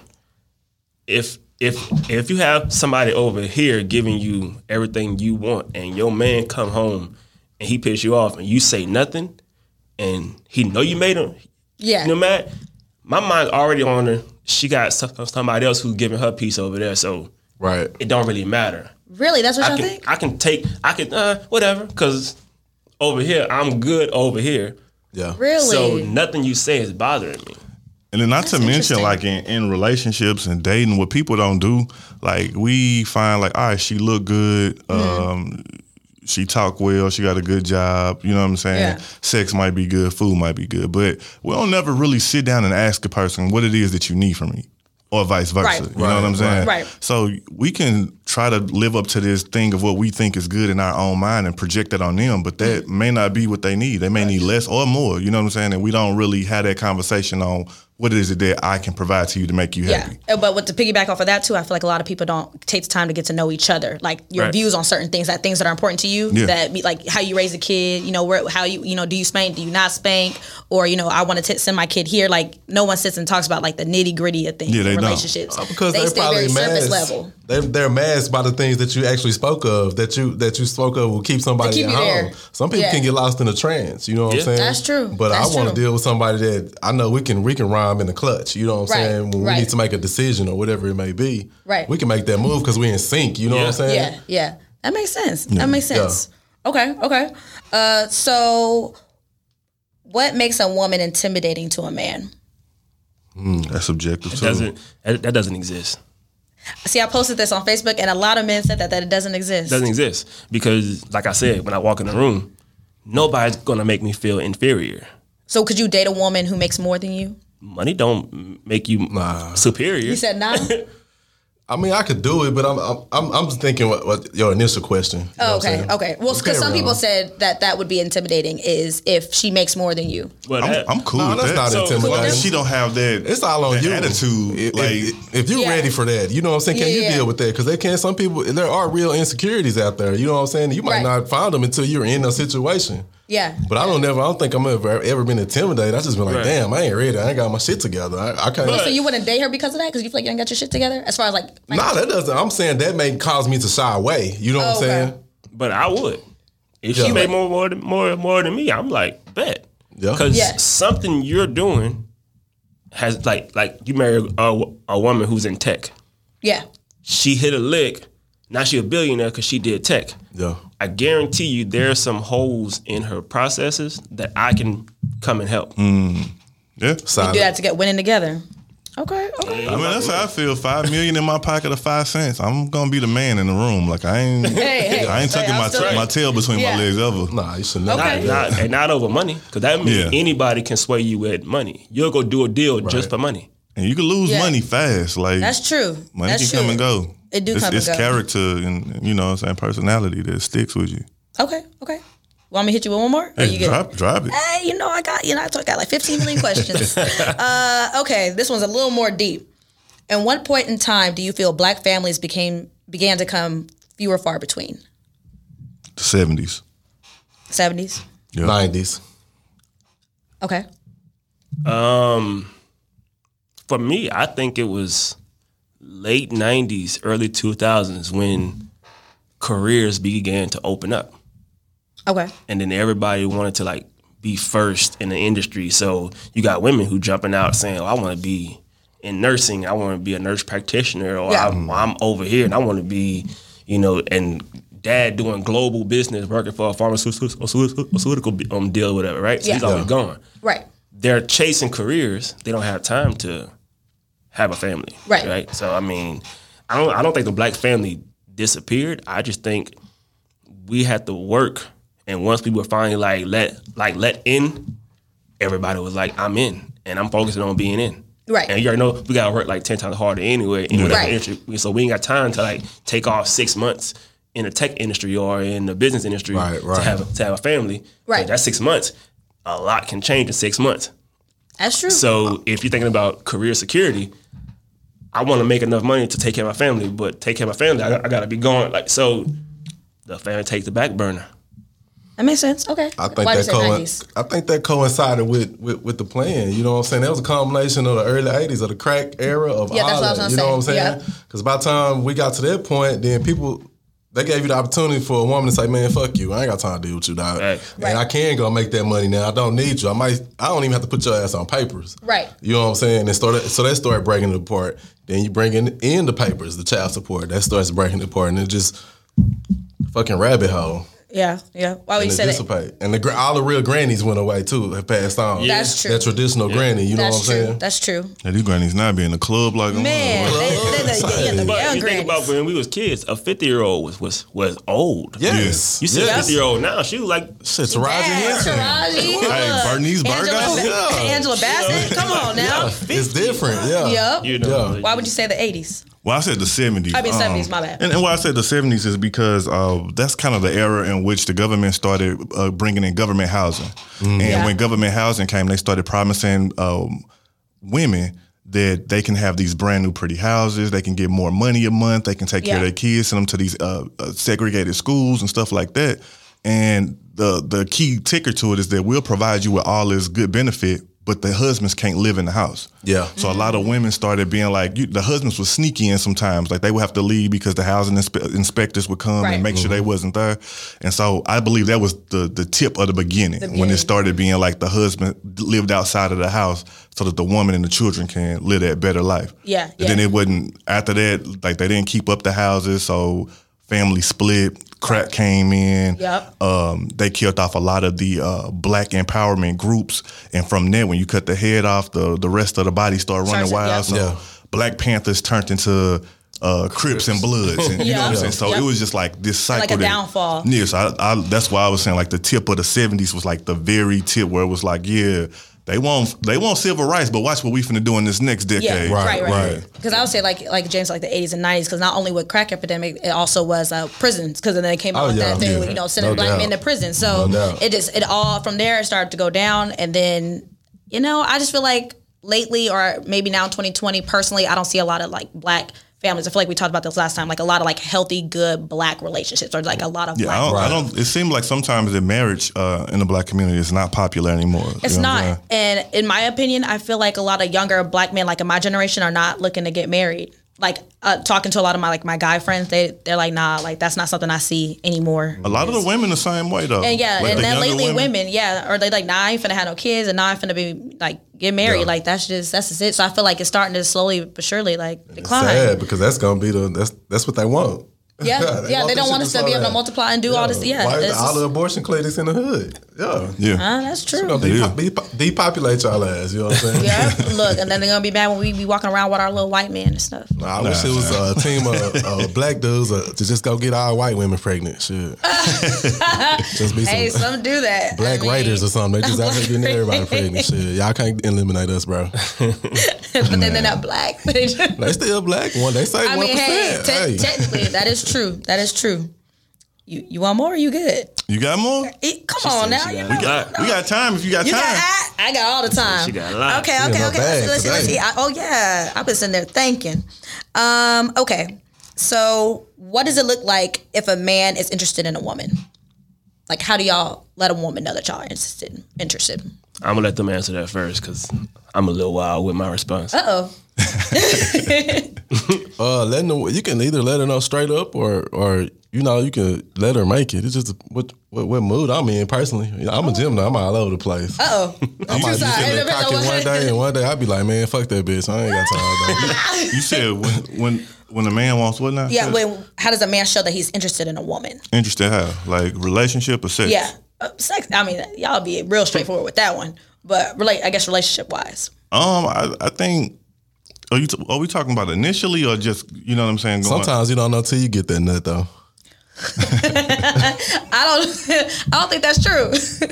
Speaker 5: if if if you have somebody over here giving you everything you want, and your man come home and he piss you off, and you say nothing, and he know you made him.
Speaker 4: yeah.
Speaker 5: You know, Matt, my mind already on her. She got some- somebody else who's giving her piece over there, so
Speaker 6: Right.
Speaker 5: it don't really matter.
Speaker 4: really, that's what
Speaker 5: I
Speaker 4: y'all
Speaker 5: can
Speaker 4: think?
Speaker 5: I can take I can uh whatever because over here I'm good over here.
Speaker 6: Yeah.
Speaker 5: So
Speaker 4: Really?
Speaker 5: nothing you say is bothering me.
Speaker 3: And then not to mention,
Speaker 4: interesting.
Speaker 3: like in, in relationships and dating, what people don't do, like we find, like, all right, she look good,
Speaker 4: Mm-hmm.
Speaker 3: um, she talk well, she got a good job, you know what I'm saying?
Speaker 4: Yeah.
Speaker 3: Sex might be good, food might be good, but we don't never really sit down and ask a person what it is that you need from me. Or vice versa.
Speaker 4: Right.
Speaker 3: You know what I'm saying?
Speaker 4: Right.
Speaker 3: So we can try to live up to this thing of what we think is good in our own mind and project that on them, but that may not be what they need. They may need less or more. You know what I'm saying? And we don't really have that conversation on what is it that I can provide to you to make you
Speaker 4: Yeah.
Speaker 3: happy.
Speaker 4: Uh, But with the piggyback off of that too, I feel like a lot of people don't take the time to get to know each other. Like your
Speaker 5: Right.
Speaker 4: views on certain things, like things that are important to you.
Speaker 3: Yeah.
Speaker 4: That be like how you raise a kid, you know, where how you you know, do you spank, do you not spank? Or, you know, I want to send my kid here. Like no one sits and talks about like the nitty gritty of things
Speaker 3: Yeah,
Speaker 4: in
Speaker 3: they don't.
Speaker 4: relationships.
Speaker 6: Uh, Because
Speaker 4: they
Speaker 6: are
Speaker 4: stay
Speaker 6: probably
Speaker 4: very
Speaker 6: masked.
Speaker 4: surface level.
Speaker 6: They, they're masked by the things that you actually spoke of that you that you spoke of will keep somebody
Speaker 4: They keep
Speaker 6: at
Speaker 4: you
Speaker 6: home.
Speaker 4: there.
Speaker 6: Some people
Speaker 4: Yeah.
Speaker 6: can get lost in a trance. You know what
Speaker 5: Yeah.
Speaker 6: I'm saying?
Speaker 4: That's true.
Speaker 6: But
Speaker 4: That's
Speaker 6: I want to
Speaker 4: true.
Speaker 6: deal with somebody that I know we can we can rhyme in the clutch. You know what I'm
Speaker 4: Right,
Speaker 6: saying? When
Speaker 4: right.
Speaker 6: we need to make a decision or whatever it may be,
Speaker 4: Right.
Speaker 6: We can make that move because we're in sync. You know what
Speaker 5: Yeah.
Speaker 6: I'm saying?
Speaker 4: Yeah, yeah. That makes sense. That makes sense. Okay, okay. Uh, so, what makes a woman intimidating to a man?
Speaker 3: Mm, That's subjective too.
Speaker 5: Doesn't that that doesn't exist?
Speaker 4: See, I posted this on Facebook, and a lot of men said that that it doesn't exist.
Speaker 5: Doesn't exist because, like I said, when I walk in the room, nobody's gonna make me feel inferior.
Speaker 4: so, could you date a woman who makes more than you?
Speaker 5: Money don't make you superior.
Speaker 4: You said [laughs] nah.
Speaker 6: I mean, I could do it, but I'm I'm I'm, I'm just thinking what, what your initial question. you know
Speaker 4: Oh,
Speaker 6: what I'm
Speaker 4: okay,
Speaker 6: saying?
Speaker 4: okay. Well,
Speaker 6: Okay,
Speaker 4: because some
Speaker 6: Rihanna.
Speaker 4: people said that that would be intimidating is if she makes more than you.
Speaker 5: Well,
Speaker 3: I'm,
Speaker 5: that-
Speaker 3: I'm cool
Speaker 6: No,
Speaker 3: with
Speaker 6: that's
Speaker 3: that.
Speaker 6: not
Speaker 5: So-
Speaker 3: As long
Speaker 6: intimidating.
Speaker 3: as she don't have that.
Speaker 6: It's all on
Speaker 3: that
Speaker 6: you.
Speaker 3: Attitude,
Speaker 6: If,
Speaker 3: like
Speaker 6: if, if you're
Speaker 4: Yeah.
Speaker 6: ready for that, you know what I'm saying. Can
Speaker 4: Yeah,
Speaker 6: you
Speaker 4: yeah.
Speaker 6: deal with that? Because they can't. Some people there are real insecurities out there. You know what I'm saying. You might
Speaker 4: Right.
Speaker 6: not find them until you're in a situation.
Speaker 4: Yeah.
Speaker 6: But I don't never. I don't think I'm ever ever been intimidated. I just been like,
Speaker 5: Right.
Speaker 6: damn, I ain't ready. I ain't got my shit together. I, I can't.
Speaker 4: so you wouldn't date her because of that? Because you feel like you ain't got your shit together? As far as like, like
Speaker 6: nah, that doesn't. I'm saying that may cause me to shy away. You know what
Speaker 4: Oh,
Speaker 6: I'm
Speaker 4: okay.
Speaker 6: saying?
Speaker 5: but I would. If she
Speaker 6: Yeah.
Speaker 5: made more more than- more more than me, I'm like bet
Speaker 6: Yeah.
Speaker 5: because
Speaker 4: Yeah.
Speaker 5: something you're doing has like like you marry a, a woman who's in tech.
Speaker 4: yeah,
Speaker 5: She hit a lick. Now she a billionaire because she did tech.
Speaker 6: Yeah.
Speaker 5: I guarantee you there are some holes in her processes that I can come and help.
Speaker 3: yeah.
Speaker 6: Silent.
Speaker 4: do that to get winning together. Okay, okay.
Speaker 3: I mean, that's how I feel. Five million in my pocket or five cents. I'm gonna be the man in the room. Like I ain't,
Speaker 4: Hey, hey.
Speaker 3: I ain't
Speaker 4: Hey,
Speaker 3: tucking
Speaker 4: I'm
Speaker 3: my
Speaker 4: still-
Speaker 3: my tail between
Speaker 4: Yeah.
Speaker 3: my legs ever.
Speaker 6: Nah, you should never.
Speaker 4: Okay.
Speaker 5: Not, not, and not over money, because that means
Speaker 3: Yeah.
Speaker 5: anybody can sway you with money. You'll go do a deal just for money.
Speaker 3: And you can lose
Speaker 4: Yeah.
Speaker 3: money fast. Like
Speaker 4: That's true.
Speaker 3: Money
Speaker 4: That's
Speaker 3: can
Speaker 4: true.
Speaker 3: come and go.
Speaker 4: It do
Speaker 3: it's,
Speaker 4: come and
Speaker 3: it's
Speaker 4: go.
Speaker 3: character and you know what I'm saying personality that sticks with you.
Speaker 4: Okay, okay. Want me to hit you with one more? Or
Speaker 3: Hey,
Speaker 4: you good?
Speaker 3: drop, drop it.
Speaker 4: Hey, you know I got you know I took- got like 15 million
Speaker 6: [laughs]
Speaker 4: questions. uh, okay, this one's a little more deep. At what point in time do you feel black families became began to come few or far between?
Speaker 3: The seventies.
Speaker 4: 70s.
Speaker 6: Nineties.
Speaker 4: Okay.
Speaker 5: For me, I think it was late 90s, early 2000s when careers began to open up.
Speaker 4: Okay.
Speaker 5: And then everybody wanted to like be first in the industry. So you got women who jumping out saying, oh, I want to be in nursing. I want to be a nurse practitioner or
Speaker 4: Yeah.
Speaker 5: I'm, I'm over here and I want to be, you know, and dad doing global business, working for a pharmaceutical um, deal or whatever, right? So he's
Speaker 4: Yeah.
Speaker 5: always gone.
Speaker 4: Right.
Speaker 5: they're chasing careers. They don't have time to have a family.
Speaker 4: Right.
Speaker 5: Right. So I mean, I don't I don't think the black family disappeared. I just think we had to work and once we were finally like let like let in, everybody was like, I'm in and I'm focusing on being in.
Speaker 4: Right.
Speaker 5: And you already know we gotta work like ten times harder anyway in whatever
Speaker 4: Right.
Speaker 5: industry. we- So we ain't got time to like take off six months in the tech industry or in the business industry
Speaker 6: Right,
Speaker 5: to
Speaker 6: right.
Speaker 5: have to have a family.
Speaker 4: Right.
Speaker 5: Like, that's six months. A lot can change in six months.
Speaker 4: That's true.
Speaker 5: So if you're thinking about career security, I want to make enough money to take care of my family, but take care of my family, I, got to be gone. Like so, the family takes the back burner.
Speaker 4: That makes sense. Okay.
Speaker 6: I think
Speaker 4: Why do you
Speaker 6: that
Speaker 4: say
Speaker 6: coin,
Speaker 4: 90s?
Speaker 6: I think that coincided with, with with the plan. You know what I'm saying? That was a combination of the early '80s of the crack era of
Speaker 4: Yeah, that's
Speaker 6: all
Speaker 4: what I was
Speaker 6: that,
Speaker 4: gonna
Speaker 6: You know what I'm
Speaker 4: say.
Speaker 6: saying? Because by the time we got to that point, then people they gave you the opportunity for a woman to say, "Man, fuck you. I ain't got time to deal with you, dog.
Speaker 5: Right.
Speaker 6: And
Speaker 4: Right.
Speaker 6: I can go make that money now. I don't need you. I might. I don't even have to put your ass on papers.
Speaker 4: Right.
Speaker 6: You know what I'm saying? And started, so that started breaking it apart. Then you bring in, in the papers, the child support. That starts breaking it apart, and it just fucking rabbit hole
Speaker 4: Yeah, yeah. Why would you
Speaker 6: and
Speaker 4: say
Speaker 6: it
Speaker 4: that?
Speaker 6: dissipate. And the gra- all the real grannies went away too. Have passed on.
Speaker 4: That's true.
Speaker 6: That traditional granny. You know
Speaker 4: That's
Speaker 6: what I'm
Speaker 4: true.
Speaker 6: saying?
Speaker 4: That's true.
Speaker 3: Now, these grannies now be in the club like
Speaker 4: Man,
Speaker 3: I'm
Speaker 4: they,
Speaker 3: like,
Speaker 4: they, they, they, yeah, the
Speaker 5: But
Speaker 4: young
Speaker 5: you think about
Speaker 4: grannies.
Speaker 5: when we was kids, a fifty year old was was was old.
Speaker 6: yes.
Speaker 5: You see a
Speaker 6: yes.
Speaker 5: fifty year old now, she was like
Speaker 6: Shit, Taraji
Speaker 4: Yeah,
Speaker 6: Henson.
Speaker 4: Taraji.
Speaker 3: Hey, Bernice
Speaker 4: Angela,
Speaker 3: Burgos.
Speaker 6: Yeah.
Speaker 4: Angela Bassett. Come on now.
Speaker 6: It's different. Yeah.
Speaker 4: Yup.
Speaker 5: you know.
Speaker 6: Yeah.
Speaker 4: Why would you say the 80s?
Speaker 3: Well, I said the seventies. Um,
Speaker 4: I mean, 70s, my bad.
Speaker 3: And, and why I said the seventies is because uh, that's kind of the era in which the government started uh, bringing in government housing, and
Speaker 4: Yeah.
Speaker 3: when government housing came, they started promising um, women that they can have these brand new pretty houses, they can get more money a month, they can take care of
Speaker 4: Yeah.
Speaker 3: their kids, send them to these uh, uh, segregated schools and stuff like that. And the the key ticker to it is that we'll provide you with all this good benefit, but the husbands can't live in the house.
Speaker 6: Yeah.
Speaker 4: Mm.
Speaker 3: So a lot of women started being like, you, the husbands were sneaky in sometimes. Like they would have to leave because the housing inspe- inspectors would come
Speaker 4: Right.
Speaker 3: and make sure they wasn't there. And so I believe that was the the tip of the beginning, when
Speaker 4: beginning.
Speaker 3: it started being like the husband lived outside of the house so that the woman and the children can live that better life.
Speaker 4: Yeah,
Speaker 3: And then
Speaker 4: yeah.
Speaker 3: it wasn't after that. Like they didn't keep up the houses, so family split. Crack came in.
Speaker 4: Yep.
Speaker 3: Um, they killed off a lot of the uh, black empowerment groups, and from there, when you cut the head off, the the rest of the body started running wild.
Speaker 4: Starts- yeah.
Speaker 3: So
Speaker 6: Yeah.
Speaker 3: Black Panthers turned into uh, Crips and Bloods, and, you know what I'm
Speaker 4: Yeah.
Speaker 3: saying. So
Speaker 4: Yep.
Speaker 3: it was just like this cycle,
Speaker 4: Like a
Speaker 3: that-
Speaker 4: downfall.
Speaker 3: Yeah, so I, I, that's why I was saying like the tip of the '70s was like the very tip where it was like, yeah, they want they want civil rights, but watch what we finna do in this next decade.
Speaker 4: Yeah, right,
Speaker 6: Right,
Speaker 4: right.
Speaker 6: right.
Speaker 4: Because I would say like like James like the 80s and 90s because not only with crack epidemic, it also was uh, prisons because then they came out
Speaker 6: Oh,
Speaker 4: with
Speaker 6: yeah,
Speaker 4: that thing
Speaker 6: yeah.
Speaker 4: with you know sending
Speaker 6: No
Speaker 4: black
Speaker 6: doubt.
Speaker 4: men to prison. So
Speaker 6: No doubt.
Speaker 4: it just it all from there it started to go down and then you know I just feel like lately or maybe now in 2020 personally I don't see a lot of like black families. I feel like we talked about this last time like a lot of like healthy good black relationships or like a lot of
Speaker 3: Yeah,
Speaker 4: black.
Speaker 3: I don't, I
Speaker 6: Right.
Speaker 3: don't. It seems like sometimes that marriage uh, in the black community is not popular anymore. You
Speaker 4: It's
Speaker 3: know what I'm
Speaker 4: not.
Speaker 3: saying?
Speaker 4: And in my opinion, I feel like a lot of younger black men, like in my generation, are not looking to get married. Like uh, talking to a lot of my like my guy friends, they they're like, nah, like that's not something I see anymore.
Speaker 3: A lot of the women the same way though.
Speaker 4: And yeah,
Speaker 3: Like, the
Speaker 4: and then
Speaker 3: younger
Speaker 4: lately women. yeah, or they like, nah, I ain't finna have no kids, and nah, I finna be like get married.
Speaker 6: Yeah.
Speaker 4: Like that's just that's just it. So I feel like it's starting to slowly but surely like decline.
Speaker 6: Sad because that's gonna be the that's that's what they want.
Speaker 4: Yeah, yeah,
Speaker 6: [laughs] they
Speaker 4: they, don't
Speaker 6: want this
Speaker 4: want
Speaker 6: shit
Speaker 4: us
Speaker 6: to
Speaker 4: to be
Speaker 6: slow
Speaker 4: able to
Speaker 6: down.
Speaker 4: multiply and do all this. Yeah,
Speaker 6: Why is
Speaker 4: it's
Speaker 6: all
Speaker 4: just-
Speaker 6: the abortion clinics in the hood? Yeah.
Speaker 3: Yeah.
Speaker 4: uh, that's true.
Speaker 6: You know,
Speaker 3: Yeah.
Speaker 6: depo- depo- depopulate y'all ass. You know what I'm saying?
Speaker 4: yeah, look, and then they're gonna be mad when we be walking around with our little white man and stuff.
Speaker 6: I wish it was a team of uh, black dudes uh, to just go get all white women
Speaker 4: [laughs]
Speaker 6: pregnant. Shit. just be some
Speaker 4: Hey, some do that.
Speaker 6: black
Speaker 4: I mean,
Speaker 6: writers or something. They just out here getting
Speaker 4: Black [laughs]
Speaker 6: everybody pregnant. Shit. Y'all can't eliminate us, bro.
Speaker 4: but then they're not black. [laughs] They just-
Speaker 6: They still black. One. They say
Speaker 4: I
Speaker 6: one
Speaker 4: mean, hey,
Speaker 6: percent.
Speaker 4: te- technically, that is true. That is true. You you want more? Or you good?
Speaker 3: You got more?
Speaker 4: It- come on now. You
Speaker 5: we
Speaker 4: know-
Speaker 5: got
Speaker 3: We got time if you got
Speaker 4: you
Speaker 3: time.
Speaker 4: got I, I got all the time.
Speaker 5: she got a lot.
Speaker 4: Okay,
Speaker 5: She
Speaker 6: in
Speaker 4: okay,
Speaker 6: my
Speaker 4: okay.
Speaker 6: bag
Speaker 4: Let's see, let's see.
Speaker 6: today.
Speaker 4: I, oh yeah, I've been sitting there thinking. Um, okay, so what does it look like if a man is interested in a woman? Like, how do y'all let a woman know that y'all are interested? Interested?
Speaker 5: I'm gonna let them answer that first because I'm a little wild with my response.
Speaker 4: Uh oh.
Speaker 6: Uh, letting the, you can either let her know straight up or or you know you can let her make it. It's just what what, what mood I'm in personally. You know, I'm a Gemini. I'm all over the place.
Speaker 4: Uh oh.
Speaker 6: I might
Speaker 4: sorry.
Speaker 6: be sitting there
Speaker 4: It depends on
Speaker 6: cocking
Speaker 4: what-
Speaker 6: one day and one day I'd be like, man, fuck that bitch. I ain't got time. dog."
Speaker 3: You said when when when a man wants what now?
Speaker 4: Yeah, when how does a man show that he's interested in a woman?
Speaker 3: interested how like relationship or sex?
Speaker 4: Yeah, Uh, sex. I mean, y'all be real straightforward with that one, but relate. I guess relationship wise.
Speaker 3: Um, I, I think. Are you t- are we talking about initially or just you know what I'm saying? Going,
Speaker 6: Sometimes you don't know till you get that nut though.
Speaker 4: I don't. [laughs] I don't think that's true.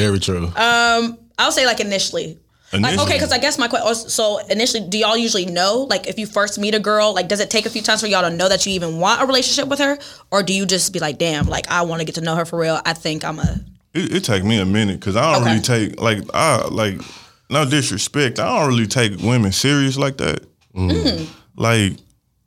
Speaker 6: Very true.
Speaker 4: Uh, I'll say like initially. Like,
Speaker 3: Initially.
Speaker 4: okay, because I guess my question. So initially, do y'all usually know? Like, if you first meet a girl, like, does it take a few times for y'all to know that you even want a relationship with her, or do you just be like, damn, like I want to get to know her for real? I think I'm a.
Speaker 3: It, it take me a minute because I don't
Speaker 4: Okay.
Speaker 3: really take like I like no disrespect. I don't really take women serious like that.
Speaker 4: Mm.
Speaker 3: Mm. Like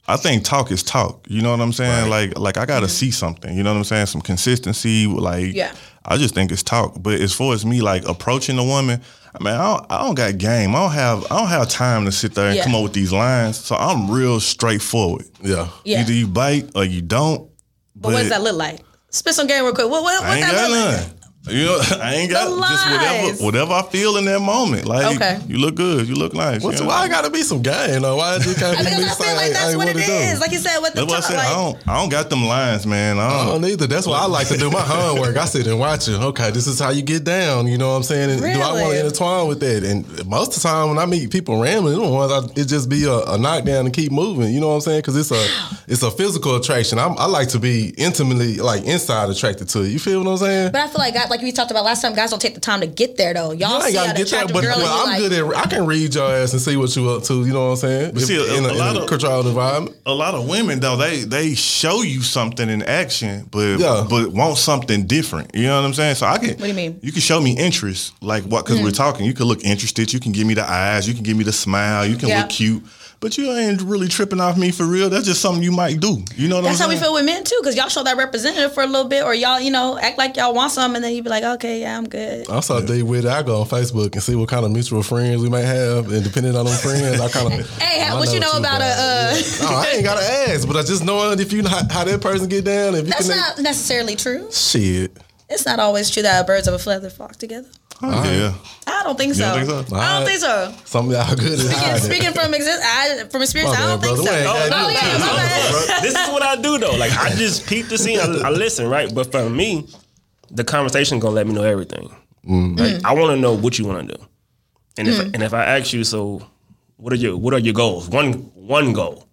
Speaker 3: I think talk is talk. You know what I'm saying? Like like I gotta see something. You know what I'm saying? Some consistency. Like
Speaker 4: Mm-hmm. Yeah.
Speaker 3: I just think it's talk. But as far as me like approaching a woman, I mean, I don't, I don't got game. I don't have I don't have time to sit there and
Speaker 4: Yeah.
Speaker 3: come up with these lines. So I'm real straightforward.
Speaker 6: Yeah.
Speaker 4: Yeah.
Speaker 3: Either you bite or you don't.
Speaker 4: But, what does that look like? Spit some game real quick. What what
Speaker 3: I
Speaker 4: what
Speaker 3: ain't
Speaker 4: that
Speaker 3: got
Speaker 4: look like?
Speaker 3: none. You know, I ain't got
Speaker 4: lies.
Speaker 3: just whatever whatever I feel in that moment. Like
Speaker 4: Okay.
Speaker 3: you look good, you look nice.
Speaker 6: What's,
Speaker 3: you know?
Speaker 6: why I gotta be some guy? You know? Why it just can't
Speaker 4: [laughs]
Speaker 6: be
Speaker 4: Because
Speaker 6: me
Speaker 4: I feel
Speaker 6: saying I
Speaker 4: like
Speaker 6: ain't- I
Speaker 4: that's
Speaker 6: ain't
Speaker 4: what
Speaker 6: what
Speaker 4: it
Speaker 6: to do?
Speaker 4: is. Like you said, with the
Speaker 3: That's why I
Speaker 4: top,
Speaker 3: said
Speaker 4: like,
Speaker 3: I don't I don't got them lines, man. I
Speaker 6: I
Speaker 3: don't,
Speaker 6: don't either. That's why I like to do my homework. I sit and watch it. Okay, this is how you get down. You know what I'm saying? And Do I want
Speaker 4: Really?
Speaker 6: to intertwine with that? And most of the time when I meet people rambling, them ones I- it just be a, a knockdown and keep moving. You know what I'm saying? Because it's a it's a physical attraction. I'm, I like to be intimately like inside attracted to it. You feel what I'm saying?
Speaker 4: But I feel like, God, like we talked about last time, guys don't take the time to get there though. Y'all
Speaker 6: I
Speaker 4: see
Speaker 6: ain't
Speaker 4: how
Speaker 6: gotta
Speaker 4: the
Speaker 6: get that,
Speaker 4: attractive
Speaker 6: but
Speaker 4: girl
Speaker 6: but
Speaker 4: and you
Speaker 6: I'm
Speaker 4: like,
Speaker 6: good at. I can read your ass and see what you up to. You know what I'm saying?
Speaker 3: see, a-
Speaker 6: in a,
Speaker 3: a lot
Speaker 6: in a
Speaker 3: of-
Speaker 6: controlled environment.
Speaker 3: a lot of women though they they show you something in action, but
Speaker 6: Yeah.
Speaker 3: but want something different. You know what I'm saying? So I can. What
Speaker 4: do you mean? Hmm.
Speaker 3: You can show me interest, like what? Because we're talking. You can look interested. You can give me the eyes. You can give me the smile. You can
Speaker 4: Yeah.
Speaker 3: look cute. But you ain't really tripping off me for real. That's just something you might do. You know what
Speaker 4: That's
Speaker 3: I'm
Speaker 4: how we
Speaker 3: saying?
Speaker 4: feel with men too, because y'all show that representative for a little bit, or y'all, you know, act like y'all want something, and then you be like, okay, yeah, I'm good.
Speaker 6: I saw D with it. I go on Facebook and see what kind of mutual friends we might have, and depending on them friends,
Speaker 4: [laughs]
Speaker 6: I [laughs] kind of.
Speaker 4: Hey, how- what you know about a? Uh,
Speaker 6: No, [laughs] I ain't gotta ask, but I just know if you know how, how that person get down. If
Speaker 4: [laughs]
Speaker 6: you
Speaker 4: that's
Speaker 6: can,
Speaker 4: not necessarily true.
Speaker 6: shit.
Speaker 4: It's not always true that birds of a feather flock together.
Speaker 3: Oh, yeah.
Speaker 4: I don't think so.
Speaker 3: don't think so?
Speaker 4: I don't think so.
Speaker 6: Some of y'all good at
Speaker 4: Speaking,
Speaker 6: hiding.
Speaker 4: speaking from exist, I, from experience,
Speaker 6: My
Speaker 4: I don't
Speaker 6: bad,
Speaker 4: think so.
Speaker 6: brother. We ain't gotta
Speaker 4: Oh,
Speaker 6: do
Speaker 4: yeah,
Speaker 6: it.
Speaker 4: my bad.
Speaker 5: this is what I do though. Like I just peep the scene. I, I listen, right? But for me, the conversation gonna let me know everything. Like, I want to know what you want to do, and if and if I ask you, so what are your what are your goals? One one goal.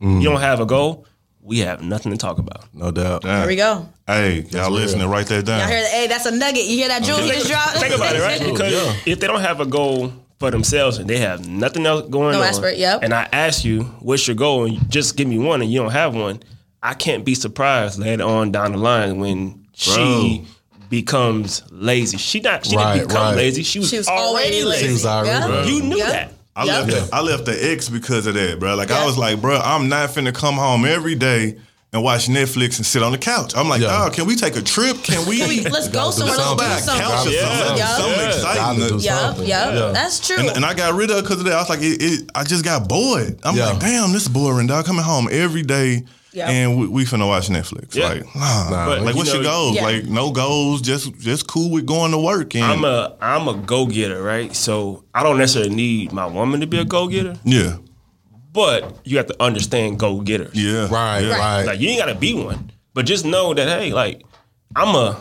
Speaker 5: You don't have a goal. We have nothing to talk about.
Speaker 6: no doubt.
Speaker 4: Here we go.
Speaker 3: Hey, y'all listening? Write that down.
Speaker 4: I hear that. Hey, that's a nugget. You hear that, Jules? just dropped.
Speaker 5: Think about it, right? Because if they don't have a goal for themselves and they have nothing else going
Speaker 4: No
Speaker 5: on,
Speaker 4: aspirate, yep.
Speaker 5: and I ask you, what's your goal? And you just give me one and you don't have one, I can't be surprised later on down the line when she becomes lazy. She not she
Speaker 6: Right,
Speaker 5: didn't become
Speaker 6: right.
Speaker 5: lazy. She
Speaker 4: [laughs]
Speaker 5: was,
Speaker 4: She was
Speaker 5: already,
Speaker 4: already
Speaker 5: lazy.
Speaker 4: lazy.
Speaker 6: She was already
Speaker 4: Yeah.
Speaker 6: right.
Speaker 5: You knew
Speaker 4: Yep.
Speaker 5: that.
Speaker 3: I left the, I left the X because of that, bro. Like
Speaker 4: Yeah.
Speaker 3: I was like, bro, I'm not finna come home every day and watch Netflix and sit on the couch. I'm like,
Speaker 6: Yeah.
Speaker 3: oh, can we take a trip? Can we?
Speaker 4: [laughs] Can we- let's go somewhere. Let's
Speaker 3: buy
Speaker 4: do
Speaker 3: a couch
Speaker 4: something.
Speaker 3: or
Speaker 5: Yeah.
Speaker 3: something.
Speaker 4: Yeah.
Speaker 3: Something
Speaker 5: Yeah.
Speaker 3: exciting.
Speaker 6: Gotta
Speaker 3: to-
Speaker 6: do
Speaker 4: Yup,
Speaker 6: something.
Speaker 4: yup.
Speaker 6: Yeah.
Speaker 4: That's true.
Speaker 3: And, and I got rid of it because of that. I was like, it, it, I just got bored. I'm
Speaker 6: Yeah.
Speaker 3: like, damn, this is boring, dog. Coming home every day
Speaker 4: Yeah.
Speaker 3: and we, we finna watch Netflix.
Speaker 5: Yeah.
Speaker 3: Like, nah.
Speaker 5: But
Speaker 3: like,
Speaker 5: you
Speaker 3: what's
Speaker 5: know-
Speaker 3: your goals?
Speaker 4: Yeah.
Speaker 3: Like, no goals. Just just cool with going to work. And
Speaker 5: I'm a I'm a go getter, right? So I don't necessarily need my woman to be a go getter,
Speaker 3: yeah,
Speaker 5: but you have to understand go getters.
Speaker 3: yeah,
Speaker 6: Right,
Speaker 3: yeah.
Speaker 6: right.
Speaker 5: Like you ain't gotta be one, but just know that hey, like I'm a,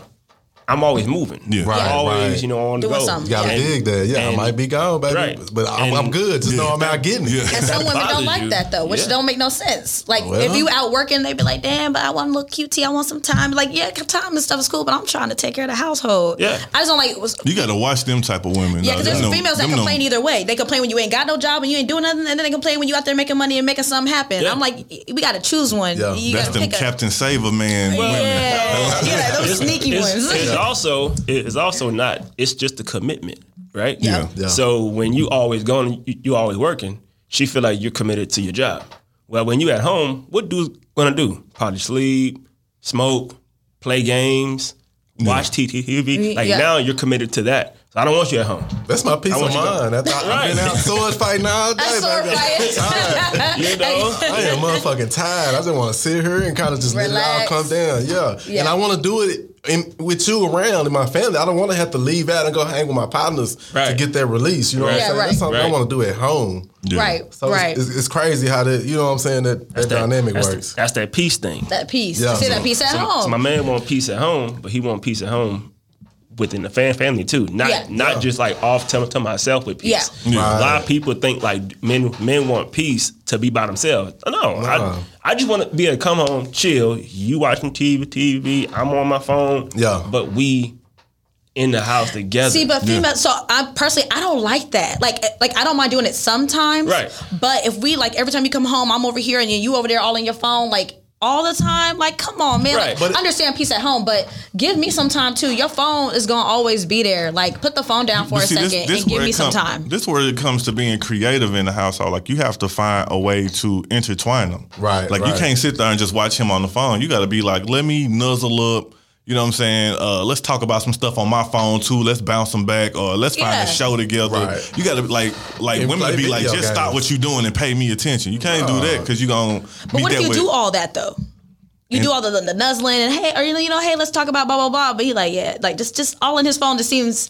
Speaker 5: I'm always moving.
Speaker 3: Yeah. Right,
Speaker 5: I'm always
Speaker 6: right.
Speaker 5: you know on the
Speaker 4: Doing
Speaker 5: go.
Speaker 4: something.
Speaker 6: You gotta
Speaker 5: And-
Speaker 6: dig that. Yeah, I
Speaker 5: and-
Speaker 6: might be gone, baby,
Speaker 5: Right.
Speaker 6: but I'm, I'm
Speaker 5: And-
Speaker 6: good. Just know I'm out getting it.
Speaker 4: And some women
Speaker 5: bothers
Speaker 4: don't like
Speaker 5: you.
Speaker 4: that though, which
Speaker 5: Yeah.
Speaker 4: don't make no sense. Like
Speaker 6: Well.
Speaker 4: if you out working, they be like, "Damn, but I want a little QT. I want some time." Like, yeah, time and stuff is cool, but I'm trying to take care of the household.
Speaker 5: Yeah.
Speaker 4: I just don't like. Was,
Speaker 3: You gotta watch them type of women.
Speaker 4: yeah,
Speaker 3: dog.
Speaker 4: because there's
Speaker 3: Them no-
Speaker 4: females that
Speaker 3: them no-
Speaker 4: complain either way. They complain when you ain't got no job and you ain't doing nothing, and then they complain when you out there making money and making something happen.
Speaker 5: Yeah.
Speaker 4: I'm like, y- we got to choose one.
Speaker 6: Yeah.
Speaker 4: You
Speaker 3: That's
Speaker 4: gotta
Speaker 3: them
Speaker 4: pick a-
Speaker 3: Captain Saver man women.
Speaker 4: Yeah, [laughs] yeah, those sneaky
Speaker 5: it's,
Speaker 4: ones.
Speaker 5: it's also it's also not. It's just the commitment, right?
Speaker 3: Yeah.
Speaker 6: Yeah.
Speaker 5: So when you always going, you, you always working. She feel like you're committed to your job. Well, when you at home, what dudes gonna do? Probably sleep, smoke, play games, watch TTV. Like
Speaker 4: Yeah.
Speaker 5: now you're committed to that. So I don't want you at home.
Speaker 6: That's my peace
Speaker 5: I
Speaker 6: of
Speaker 5: want you to-
Speaker 6: mind. That's- I- I've been
Speaker 5: Right.
Speaker 6: out sword fighting all day,
Speaker 4: That's sword
Speaker 6: baby.
Speaker 4: fight. [laughs]
Speaker 5: You know.
Speaker 6: I am motherfucking tired. I just want to sit here and kind of just let
Speaker 4: Relax.
Speaker 6: it all come down. Yeah.
Speaker 4: Yeah.
Speaker 6: And I want to do it in, with you around in my family. I don't want to have to leave out and go hang with my partners to
Speaker 5: Right.
Speaker 6: get that release. You know what
Speaker 5: Right.
Speaker 6: I'm
Speaker 4: Yeah,
Speaker 6: saying?
Speaker 4: right.
Speaker 6: That's something I
Speaker 5: Right.
Speaker 6: want to do at home.
Speaker 4: Right,
Speaker 6: So it's-
Speaker 4: right.
Speaker 6: it's, it's crazy how that, you know what I'm saying, that, that dynamic
Speaker 5: that's
Speaker 6: works.
Speaker 5: that's that peace thing.
Speaker 4: That piece.
Speaker 6: Yeah.
Speaker 4: You see that piece at
Speaker 5: So, so my
Speaker 4: home.
Speaker 5: man want peace at home, but he want peace at home within the fam family too. Not
Speaker 4: Yeah.
Speaker 5: not just like off to, to myself with peace.
Speaker 4: Yeah.
Speaker 6: Yeah.
Speaker 5: A lot of people think like men men want peace to be by themselves. No,
Speaker 6: Nah.
Speaker 5: I, I just want to be able to come home, chill. You watching TV, TV. I'm on my phone.
Speaker 6: Yeah.
Speaker 5: but we in the house together.
Speaker 4: See, but female. So I personally, I don't like that. Like, eh, like I don't mind doing it sometimes.
Speaker 5: Right.
Speaker 4: But if we like every time you come home, I'm over here and you over there all in your phone, like all the time. Like, come on, man.
Speaker 5: Right.
Speaker 4: Like,
Speaker 5: But-
Speaker 4: I understand peace at home, but give me some time too. Your phone is gonna always be there. Like, put the phone down for
Speaker 3: But
Speaker 4: a
Speaker 3: see,
Speaker 4: second and give
Speaker 3: where
Speaker 4: me
Speaker 3: it
Speaker 4: some
Speaker 3: come-
Speaker 4: time.
Speaker 3: This where it comes to being creative in the household. Like you have to find a way to intertwine them.
Speaker 6: Right,
Speaker 3: Like
Speaker 6: right.
Speaker 3: you can't sit there and just watch him on the phone. You got to be like, let me nuzzle up. You know what I'm saying? Uh, let's talk about some stuff on my phone too. Let's bounce them back, or let's find
Speaker 4: Yeah.
Speaker 3: a show together.
Speaker 6: Right.
Speaker 3: You gotta like, like
Speaker 6: And
Speaker 3: women
Speaker 6: play
Speaker 3: be like,
Speaker 6: video
Speaker 3: just stop
Speaker 6: games.
Speaker 3: what you doing and pay me attention. You can't do that because you gonna.
Speaker 4: But what if you
Speaker 3: with,
Speaker 4: do all that though? You do all the, the nuzzling and hey, or you know, you know, hey, let's talk about blah blah blah. But he like, yeah, like just just all in his phone. Just seems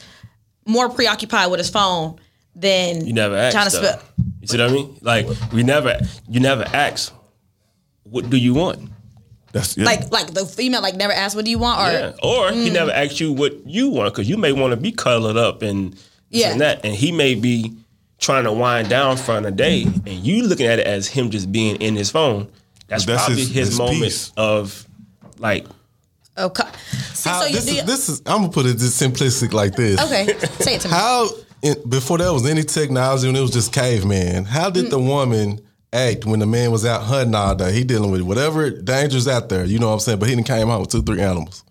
Speaker 4: more preoccupied with his phone than
Speaker 5: You never ask.
Speaker 4: Trying to
Speaker 5: though.
Speaker 4: spit.
Speaker 5: You see what I mean? Like we never, you never ask. What do you want?
Speaker 3: That's, yeah.
Speaker 4: Like like the female like never asked what do you want or
Speaker 5: Yeah. Or he never
Speaker 4: Mm.
Speaker 5: asked you what you want because you may want to be cuddled up and this
Speaker 4: Yeah.
Speaker 5: and that, and he may be trying to wind down for the day, and you looking at it as him just being in his phone. That's,
Speaker 3: But that's
Speaker 5: probably
Speaker 3: his-
Speaker 5: his,
Speaker 3: his
Speaker 5: moment
Speaker 3: peace.
Speaker 5: of like
Speaker 4: okay. See,
Speaker 6: How-
Speaker 4: so you
Speaker 6: this,
Speaker 4: do
Speaker 6: is, this is I'm gonna put it this simplistic like this.
Speaker 4: okay. Say it to me.
Speaker 6: [laughs] How in, before there was any technology and it was just caveman, how did the woman act when the man was out hunting all day? He dealing with whatever dangers out there, you know what I'm saying? But he didn't came home with two, three animals.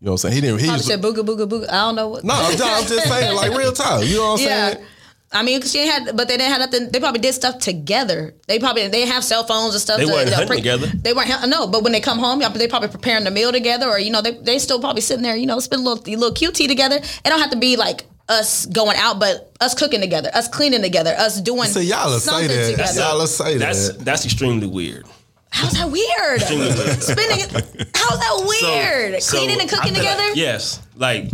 Speaker 6: You know what I'm saying? He didn't he
Speaker 4: Probably
Speaker 6: was,
Speaker 4: said booga booga booga. I don't know what.
Speaker 6: No,
Speaker 4: [laughs]
Speaker 6: I'm just, I'm just saying, like real time. You know what I'm
Speaker 4: yeah.
Speaker 6: saying?
Speaker 4: I mean, 'cause she ain't had, but they didn't have nothing. They probably did stuff together. They probably they didn't have cell phones and stuff.
Speaker 5: They
Speaker 4: to-
Speaker 5: weren't
Speaker 4: to
Speaker 5: hunting together.
Speaker 4: They weren't hun- no, but when they come home, yeah, they probably preparing the meal together, or you know, they they still probably sitting there, you know, spend a little a little QT together. It don't have to be like us going out, but us cooking together, us cleaning together, us doing
Speaker 6: So y'all will say
Speaker 4: something
Speaker 6: that.
Speaker 4: together.
Speaker 6: Y'all will say
Speaker 5: that's
Speaker 6: that.
Speaker 5: that's extremely weird.
Speaker 4: How's that weird?
Speaker 5: Extremely [laughs] weird.
Speaker 4: Spending it- how's that
Speaker 5: So-
Speaker 4: weird?
Speaker 5: so
Speaker 4: cleaning and
Speaker 5: I
Speaker 4: cooking
Speaker 5: feel like-
Speaker 4: together.
Speaker 5: yes, like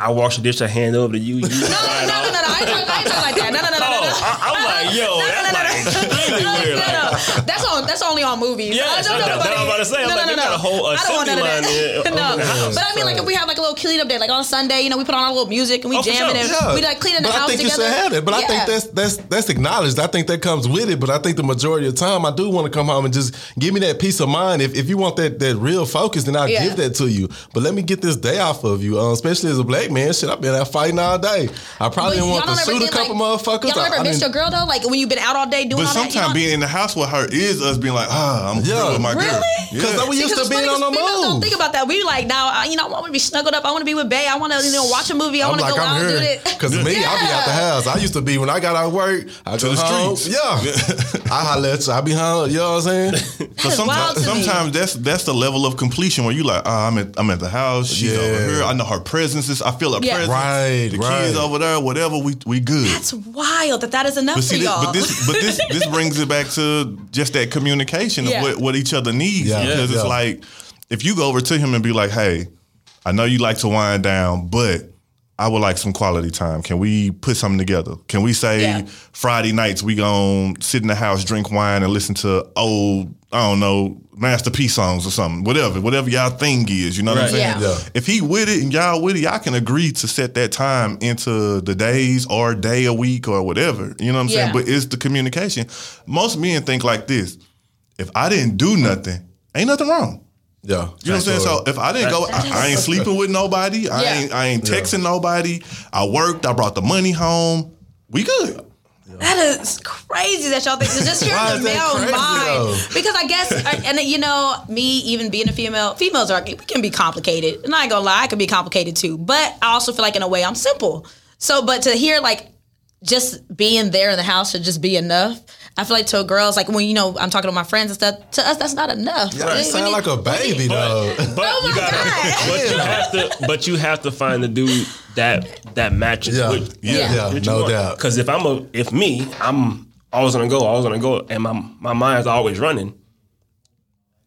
Speaker 5: I wash the dish, I hand over to you.
Speaker 4: [laughs]
Speaker 5: you
Speaker 4: No, no, no, no, no, no. I ain't talking, I ain't talking like that. No, no, no, no, no, no.
Speaker 5: I, am like, yo, that's like extremely weird.
Speaker 4: No,
Speaker 5: Like,
Speaker 4: no, that's on. That's only on movies.
Speaker 5: Yeah,
Speaker 4: I don't know
Speaker 5: that-
Speaker 4: nobody-
Speaker 5: that I'm about to say. I'm like, we got a whole
Speaker 4: I don't want none of
Speaker 5: assembly
Speaker 4: that.
Speaker 5: line there.
Speaker 4: no,
Speaker 5: Oh,
Speaker 4: but I mean, like, if we have like a little cleanup day, like on Sunday, you know, we put on our little music and we
Speaker 5: Oh, for
Speaker 4: jamming
Speaker 5: sure.
Speaker 4: and
Speaker 6: Yeah.
Speaker 4: we like cleaning
Speaker 6: but
Speaker 4: the
Speaker 6: I
Speaker 4: house
Speaker 6: think
Speaker 4: together.
Speaker 6: you should have it. But I
Speaker 4: Yeah.
Speaker 6: think that's that's that's acknowledged. I think that comes with it. But I think the majority of the time, I do want to come home and just give me that peace of mind. If, if you want that that real focus, then I'll
Speaker 4: Yeah.
Speaker 6: give that to you. But let me get this day off of you, uh, especially as a black man. Shit, I've been out fifighting all day. I
Speaker 4: But
Speaker 6: probably didn't want to
Speaker 4: don't ever
Speaker 6: shoot a
Speaker 4: get,
Speaker 6: couple motherfuckers.
Speaker 4: Y'all
Speaker 6: I-
Speaker 4: ever
Speaker 6: I
Speaker 4: miss
Speaker 6: didn't-
Speaker 4: your girl though? Like when you've been out all day doing
Speaker 3: but
Speaker 4: all that. you
Speaker 3: sometimes
Speaker 4: know?
Speaker 3: being in the house with her is us being like, ah, I'm
Speaker 6: Yeah.
Speaker 3: good with my girl.
Speaker 4: Really?
Speaker 3: [laughs]
Speaker 6: Because
Speaker 3: Yeah.
Speaker 6: we used
Speaker 4: See,
Speaker 6: to
Speaker 4: 'cause
Speaker 6: being
Speaker 4: funny
Speaker 6: on
Speaker 4: 'cause
Speaker 6: the
Speaker 4: females don't
Speaker 6: move.
Speaker 4: think about that. We like now, I- you know, I want to be snuggled up. I want to be with Bay. I want to, you know, watch a movie. I
Speaker 6: I'm
Speaker 4: want to
Speaker 6: like,
Speaker 4: go out
Speaker 6: I'm
Speaker 4: and do
Speaker 6: here.
Speaker 4: it.
Speaker 6: Because me, I be out the
Speaker 4: Yeah.
Speaker 6: house. I used to be when I got out of work, I
Speaker 3: To
Speaker 6: go
Speaker 3: the
Speaker 6: home.
Speaker 3: streets.
Speaker 6: Yeah. I holler at you. I be home. You know what I'm saying?
Speaker 3: [laughs] So
Speaker 4: is wild
Speaker 3: sometimes,
Speaker 4: to me.
Speaker 3: sometimes that's that's the level of completion where you like, ah, I'm at I'm at the house. She's
Speaker 6: Yeah.
Speaker 3: over here. I know her presence is. I feel her
Speaker 4: Yeah.
Speaker 3: presence.
Speaker 6: Right,
Speaker 3: The
Speaker 6: right.
Speaker 3: kids over there. Whatever. We we good.
Speaker 4: That's wild that that is enough
Speaker 3: but
Speaker 4: for
Speaker 3: see, this,
Speaker 4: y'all.
Speaker 3: but this, but
Speaker 4: [laughs]
Speaker 3: this, this brings it back to just that communication of
Speaker 4: Yeah.
Speaker 3: what, what each other needs.
Speaker 6: Yeah.
Speaker 3: Because
Speaker 6: Yeah.
Speaker 3: it's like, if you go over to him and be like, "Hey, I know you like to wind down, but I would like some quality time. Can we put something together? Can we say
Speaker 4: Yeah.
Speaker 3: Friday nights we gon' sit in the house, drink wine, and listen to old, I don't know, masterpiece songs or something, whatever, whatever y'all thing is. You know what I'm
Speaker 5: Right.
Speaker 3: saying?
Speaker 4: Yeah.
Speaker 6: Yeah.
Speaker 3: If he with it and y'all with it, y'all can agree to set that time into the days or day a week or whatever. You know what I'm
Speaker 4: Yeah.
Speaker 3: saying? But it's the communication. Most men think like this: if I didn't do nothing, ain't nothing wrong.
Speaker 6: Yeah.
Speaker 3: You know what I'm saying? So if I didn't go, I, I ain't sleeping with nobody. I
Speaker 4: Yeah.
Speaker 3: ain't I ain't texting nobody. I worked. I brought the money home. We good.
Speaker 4: That is crazy that y'all think. so Just hearing
Speaker 6: Why
Speaker 4: the
Speaker 6: is that
Speaker 4: male
Speaker 6: crazy, though?
Speaker 4: mind. Because I guess, uh, and you know, me even being a female, females are, we can be complicated. And I ain't gonna lie, I can be complicated too. But I also feel like in a way I'm simple. So, but to hear like just being there in the house should just be enough. I feel like to a girl, it's like when, you know, I'm talking to my friends and stuff, to us, that's not enough.
Speaker 6: Yeah, you
Speaker 4: We- we
Speaker 6: sound
Speaker 4: need-
Speaker 6: like a baby, though.
Speaker 5: But
Speaker 4: Oh
Speaker 5: you
Speaker 4: my
Speaker 5: gotta,
Speaker 4: God.
Speaker 5: [laughs] but you have to, but you have to find the dude that that matches.
Speaker 6: Yeah,
Speaker 5: with,
Speaker 6: yeah,
Speaker 4: Yeah.
Speaker 6: yeah, no doubt.
Speaker 5: Because if I'm a, if me, I'm always on the go, always on the go, and my my mind's always running.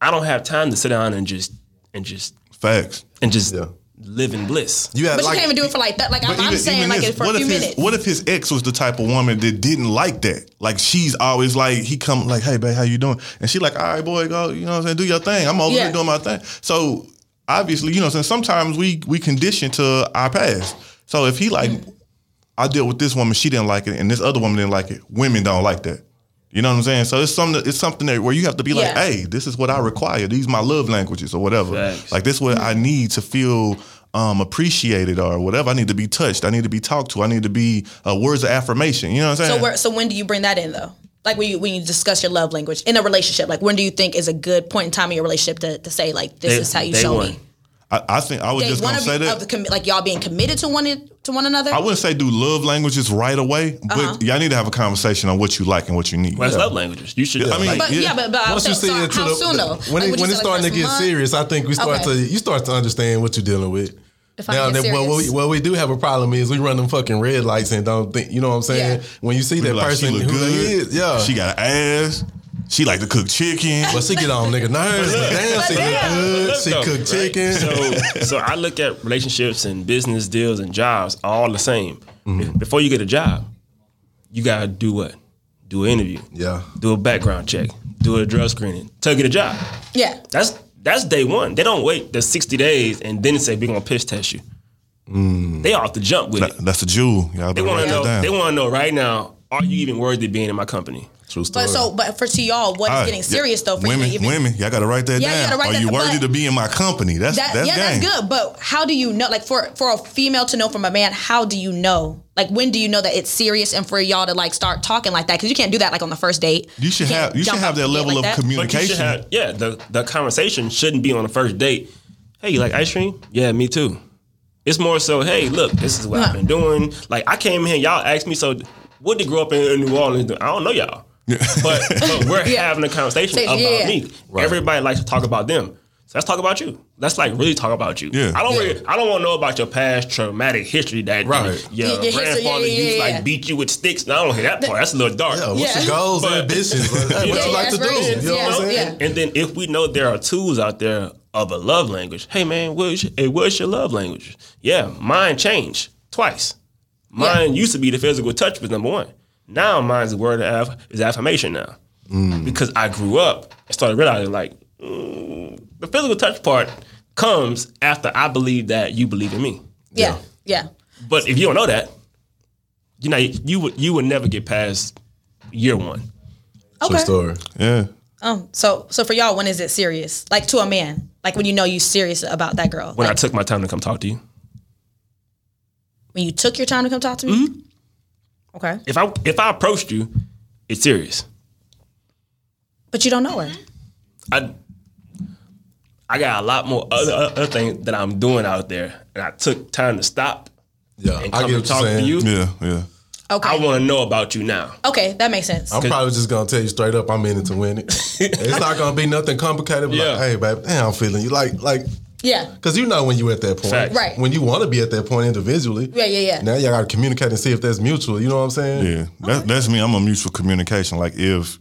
Speaker 5: I don't have time to sit down and just and just
Speaker 3: Facts.
Speaker 5: and just
Speaker 6: Yeah.
Speaker 5: live in bliss.
Speaker 6: You had
Speaker 4: But you
Speaker 6: like,
Speaker 4: can't even do it for like that. Like, I'm,
Speaker 3: But
Speaker 4: I'm
Speaker 3: even-
Speaker 4: saying,
Speaker 3: even
Speaker 4: like,
Speaker 3: this,
Speaker 4: it for
Speaker 3: what
Speaker 4: a few
Speaker 3: if his,
Speaker 4: minutes.
Speaker 3: What if his ex was the type of woman that didn't like that? Like she's always like he come like, hey babe, how you doing? And she like, all right boy, go, you know what I'm saying? Do your thing. I'm over
Speaker 4: Yeah.
Speaker 3: here doing my thing. So obviously, you know, so sometimes we we condition to our past. So if he like,
Speaker 4: Mm-hmm.
Speaker 3: I deal with this woman, she didn't like it, and this other woman didn't like it. Women don't like that. You know what I'm saying? So it's something. It's something that where you have to be like,
Speaker 4: Yeah.
Speaker 3: "Hey, this is what I require. These my love languages, or whatever.
Speaker 5: Facts.
Speaker 3: Like this, is what I need to feel um, appreciated, or whatever. I need to be touched. I need to be talked to. I need to be uh, words of affirmation. You know what I'm saying?
Speaker 4: So where, so when do you bring that in though? Like when you when you discuss your love language in a relationship, like when do you think is a good point in time in your relationship to, to say like this
Speaker 5: Day-
Speaker 4: is how you
Speaker 5: day
Speaker 4: show
Speaker 5: one.
Speaker 4: me?
Speaker 3: I, I think I was
Speaker 4: They
Speaker 3: just
Speaker 4: one
Speaker 3: gonna
Speaker 4: of,
Speaker 3: say
Speaker 4: you,
Speaker 3: that.
Speaker 4: of the commi- like y'all being committed to one an- to one another.
Speaker 3: I wouldn't say do love languages right away, but
Speaker 4: Uh-huh.
Speaker 3: y'all need to have a conversation on what you like and what you need.
Speaker 5: Well, that's love languages. You should.
Speaker 3: I mean,
Speaker 5: like,
Speaker 4: but yeah,
Speaker 3: yeah.
Speaker 4: but, but I was
Speaker 6: Once you
Speaker 4: saying, so
Speaker 6: see it to
Speaker 4: how
Speaker 6: the,
Speaker 4: soon though?
Speaker 6: when
Speaker 4: Like,
Speaker 6: it,
Speaker 4: would you
Speaker 6: when it
Speaker 4: say, like,
Speaker 6: starting to
Speaker 4: first
Speaker 6: get
Speaker 4: month?
Speaker 6: serious, I think we start
Speaker 4: Okay.
Speaker 6: to you start to understand what you're dealing with.
Speaker 4: If I
Speaker 6: Now,
Speaker 4: get
Speaker 6: that, what,
Speaker 4: serious.
Speaker 6: we, what we do have a problem is we run them fucking red lights and don't think you know what I'm saying.
Speaker 4: Yeah.
Speaker 6: When you see that
Speaker 3: like,
Speaker 6: person
Speaker 3: she look
Speaker 6: who
Speaker 3: good.
Speaker 6: they is, yeah,
Speaker 3: She got an ass. She like to cook chicken.
Speaker 6: but she get
Speaker 5: [laughs]
Speaker 6: on nigga nerves. Damn, she look
Speaker 4: damn.
Speaker 6: good. She
Speaker 5: though,
Speaker 6: cook
Speaker 5: right?
Speaker 6: chicken.
Speaker 5: So, so I look at relationships and business deals and jobs all the same.
Speaker 6: Mm-hmm.
Speaker 5: Before you get a job, you gotta do what? Do an interview.
Speaker 6: Yeah.
Speaker 5: Do a background check. Do a drug screening. Till you get a job.
Speaker 4: Yeah,
Speaker 5: That's that's day one. They don't wait the sixty days and then say we're gonna piss test you. They off the jump with
Speaker 3: That-
Speaker 5: it.
Speaker 3: that's a jewel. Y'all
Speaker 5: They
Speaker 3: better
Speaker 5: want
Speaker 3: write
Speaker 5: to know.
Speaker 3: that
Speaker 5: They
Speaker 3: down.
Speaker 5: want to know right now. Are you even worthy of being in my company?
Speaker 6: True story.
Speaker 4: but so but for to y'all, what is
Speaker 3: All right,
Speaker 4: getting
Speaker 3: yeah.
Speaker 4: serious though? For
Speaker 3: women,
Speaker 4: you to even-
Speaker 3: women, y'all gotta write that
Speaker 4: Yeah, you
Speaker 3: down.
Speaker 4: gotta write
Speaker 3: Are
Speaker 4: that-
Speaker 3: you worthy
Speaker 4: but-
Speaker 3: to be in my company? That's
Speaker 4: That,
Speaker 3: that's
Speaker 4: yeah,
Speaker 3: game.
Speaker 4: that's good. But how do you know? Like for for a female to know from a man, how do you know? Like when do you know that it's serious? And for y'all to like start talking like that because you can't do that like on the first date.
Speaker 3: You should
Speaker 4: can't
Speaker 3: have you should
Speaker 4: jump
Speaker 3: have
Speaker 4: up
Speaker 3: that
Speaker 4: and get
Speaker 3: level
Speaker 4: like
Speaker 3: of
Speaker 4: that.
Speaker 5: But you should
Speaker 3: communication.
Speaker 5: have, yeah, the, the conversation shouldn't be on the first date. Hey, you like ice cream? Yeah, me too. It's more so, hey, look, this is what I've been doing. Like, I came here, y'all asked me, so what did grow up in, in New Orleans? do? I don't know y'all. But, but we're
Speaker 4: Yeah.
Speaker 5: having a conversation
Speaker 4: Say,
Speaker 5: about
Speaker 4: yeah.
Speaker 5: me. Everybody likes to talk about them. So let's talk about you. Let's like really talk about you.
Speaker 3: Yeah.
Speaker 5: I don't really, I don't want to know about your past traumatic history that
Speaker 6: Right.
Speaker 5: your,
Speaker 4: Your
Speaker 5: your
Speaker 4: history, yeah, yeah,
Speaker 5: grandfather used
Speaker 4: yeah, yeah.
Speaker 5: like beat you with sticks. No, I don't hear that part. That's a little dark.
Speaker 6: yeah, what's
Speaker 4: Yeah.
Speaker 6: your goals, and
Speaker 5: But- [laughs]
Speaker 6: ambitions? What what
Speaker 5: Yeah,
Speaker 6: you like to do?
Speaker 4: aspirations,
Speaker 6: You know what I'm
Speaker 4: yeah,
Speaker 6: saying?
Speaker 4: yeah.
Speaker 5: And then if we know there are tools out there of a love language, hey man, what's your, hey, what's your love language? Yeah, mine changed twice. Mine used to be the physical touch was number one. Now mine's the word of aff- is affirmation now because I grew up and started realizing like mm, the physical touch part comes after I believe that you believe in me.
Speaker 4: Yeah, yeah.
Speaker 5: But if you don't know that, you know you would you would never get past year one.
Speaker 6: True
Speaker 4: Okay.
Speaker 6: story.
Speaker 3: Yeah.
Speaker 4: Oh, so so for y'all, when is it serious? Like to a man, like when you know you serious about that girl.
Speaker 5: When I
Speaker 4: Like,
Speaker 5: took my time to come talk to you.
Speaker 4: when you took your time to come talk to me.
Speaker 3: Mm-hmm.
Speaker 4: Okay,
Speaker 5: if I if I approached you, it's serious.
Speaker 4: but you don't know her.
Speaker 5: I I got a lot more other other things that I'm doing out there, and I took time to stop
Speaker 6: Yeah,
Speaker 5: and
Speaker 6: I
Speaker 5: come and
Speaker 6: get what you're
Speaker 5: talk to
Speaker 6: saying.
Speaker 5: you.
Speaker 3: Yeah, yeah.
Speaker 4: Okay,
Speaker 5: I want to know about you now.
Speaker 4: okay, that makes sense.
Speaker 6: I'm probably just gonna tell you straight up, I'm in it to
Speaker 5: [laughs]
Speaker 6: win it. it's not gonna be nothing complicated. But
Speaker 5: Yeah.
Speaker 6: Like, hey, babe, damn, I'm feeling you like like
Speaker 4: Yeah,
Speaker 6: because you know when you at that point,
Speaker 5: Facts.
Speaker 4: Right.
Speaker 6: When you want to be at that point individually,
Speaker 4: Yeah, yeah, yeah.
Speaker 6: Now y'all gotta communicate and see if that's mutual. You know what I'm saying?
Speaker 3: Yeah, that, that's me. I'm a mutual communication. Like if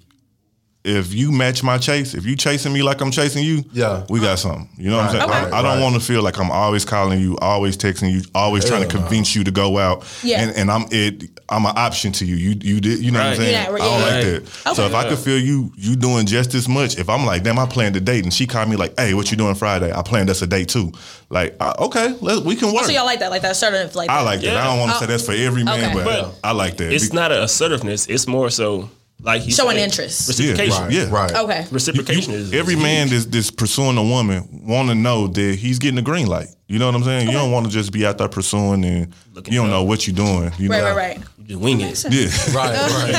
Speaker 3: if you match my chase, if you chasing me like I'm chasing you,
Speaker 6: Yeah.
Speaker 3: we got something. You know what I'm
Speaker 6: Right,
Speaker 3: saying?
Speaker 6: okay.
Speaker 3: I, I don't
Speaker 6: right.
Speaker 3: want to feel like I'm always calling you, always texting you, always trying to
Speaker 6: Hell no.
Speaker 3: convince you to go out.
Speaker 4: Yeah.
Speaker 3: and, and I'm it. I'm an option to you. You you did. You know
Speaker 5: Right.
Speaker 3: what I'm saying?
Speaker 4: Yeah, right,
Speaker 3: I don't
Speaker 4: yeah,
Speaker 3: like
Speaker 5: yeah.
Speaker 3: that. So if I could feel you you doing just as much, if I'm like, damn, I planned a date, and she called me like, hey, what you doing Friday? I planned us a date too. Like, I, okay, let, we can work.
Speaker 4: so y'all like that, like that assertive, like
Speaker 3: I
Speaker 4: that.
Speaker 3: like that. I don't want to say that's for every man, but,
Speaker 4: Okay.
Speaker 5: But
Speaker 3: I like that.
Speaker 5: It's
Speaker 3: Be-
Speaker 5: not an assertiveness. It's more so like he's
Speaker 4: Showing interest.
Speaker 5: reciprocation.
Speaker 3: Yeah, yeah.
Speaker 6: Right. Right.
Speaker 4: Okay,
Speaker 5: Reciprocation
Speaker 3: You-
Speaker 5: is
Speaker 3: every man that's, that's pursuing a woman want to know that he's getting a green light. You know what I'm saying? You don't want to just be out there pursuing and you don't know what you're doing. You
Speaker 4: right,
Speaker 3: know?
Speaker 4: right, right.
Speaker 5: You just wing it.
Speaker 3: Yeah, [laughs]
Speaker 4: [laughs]
Speaker 6: Right.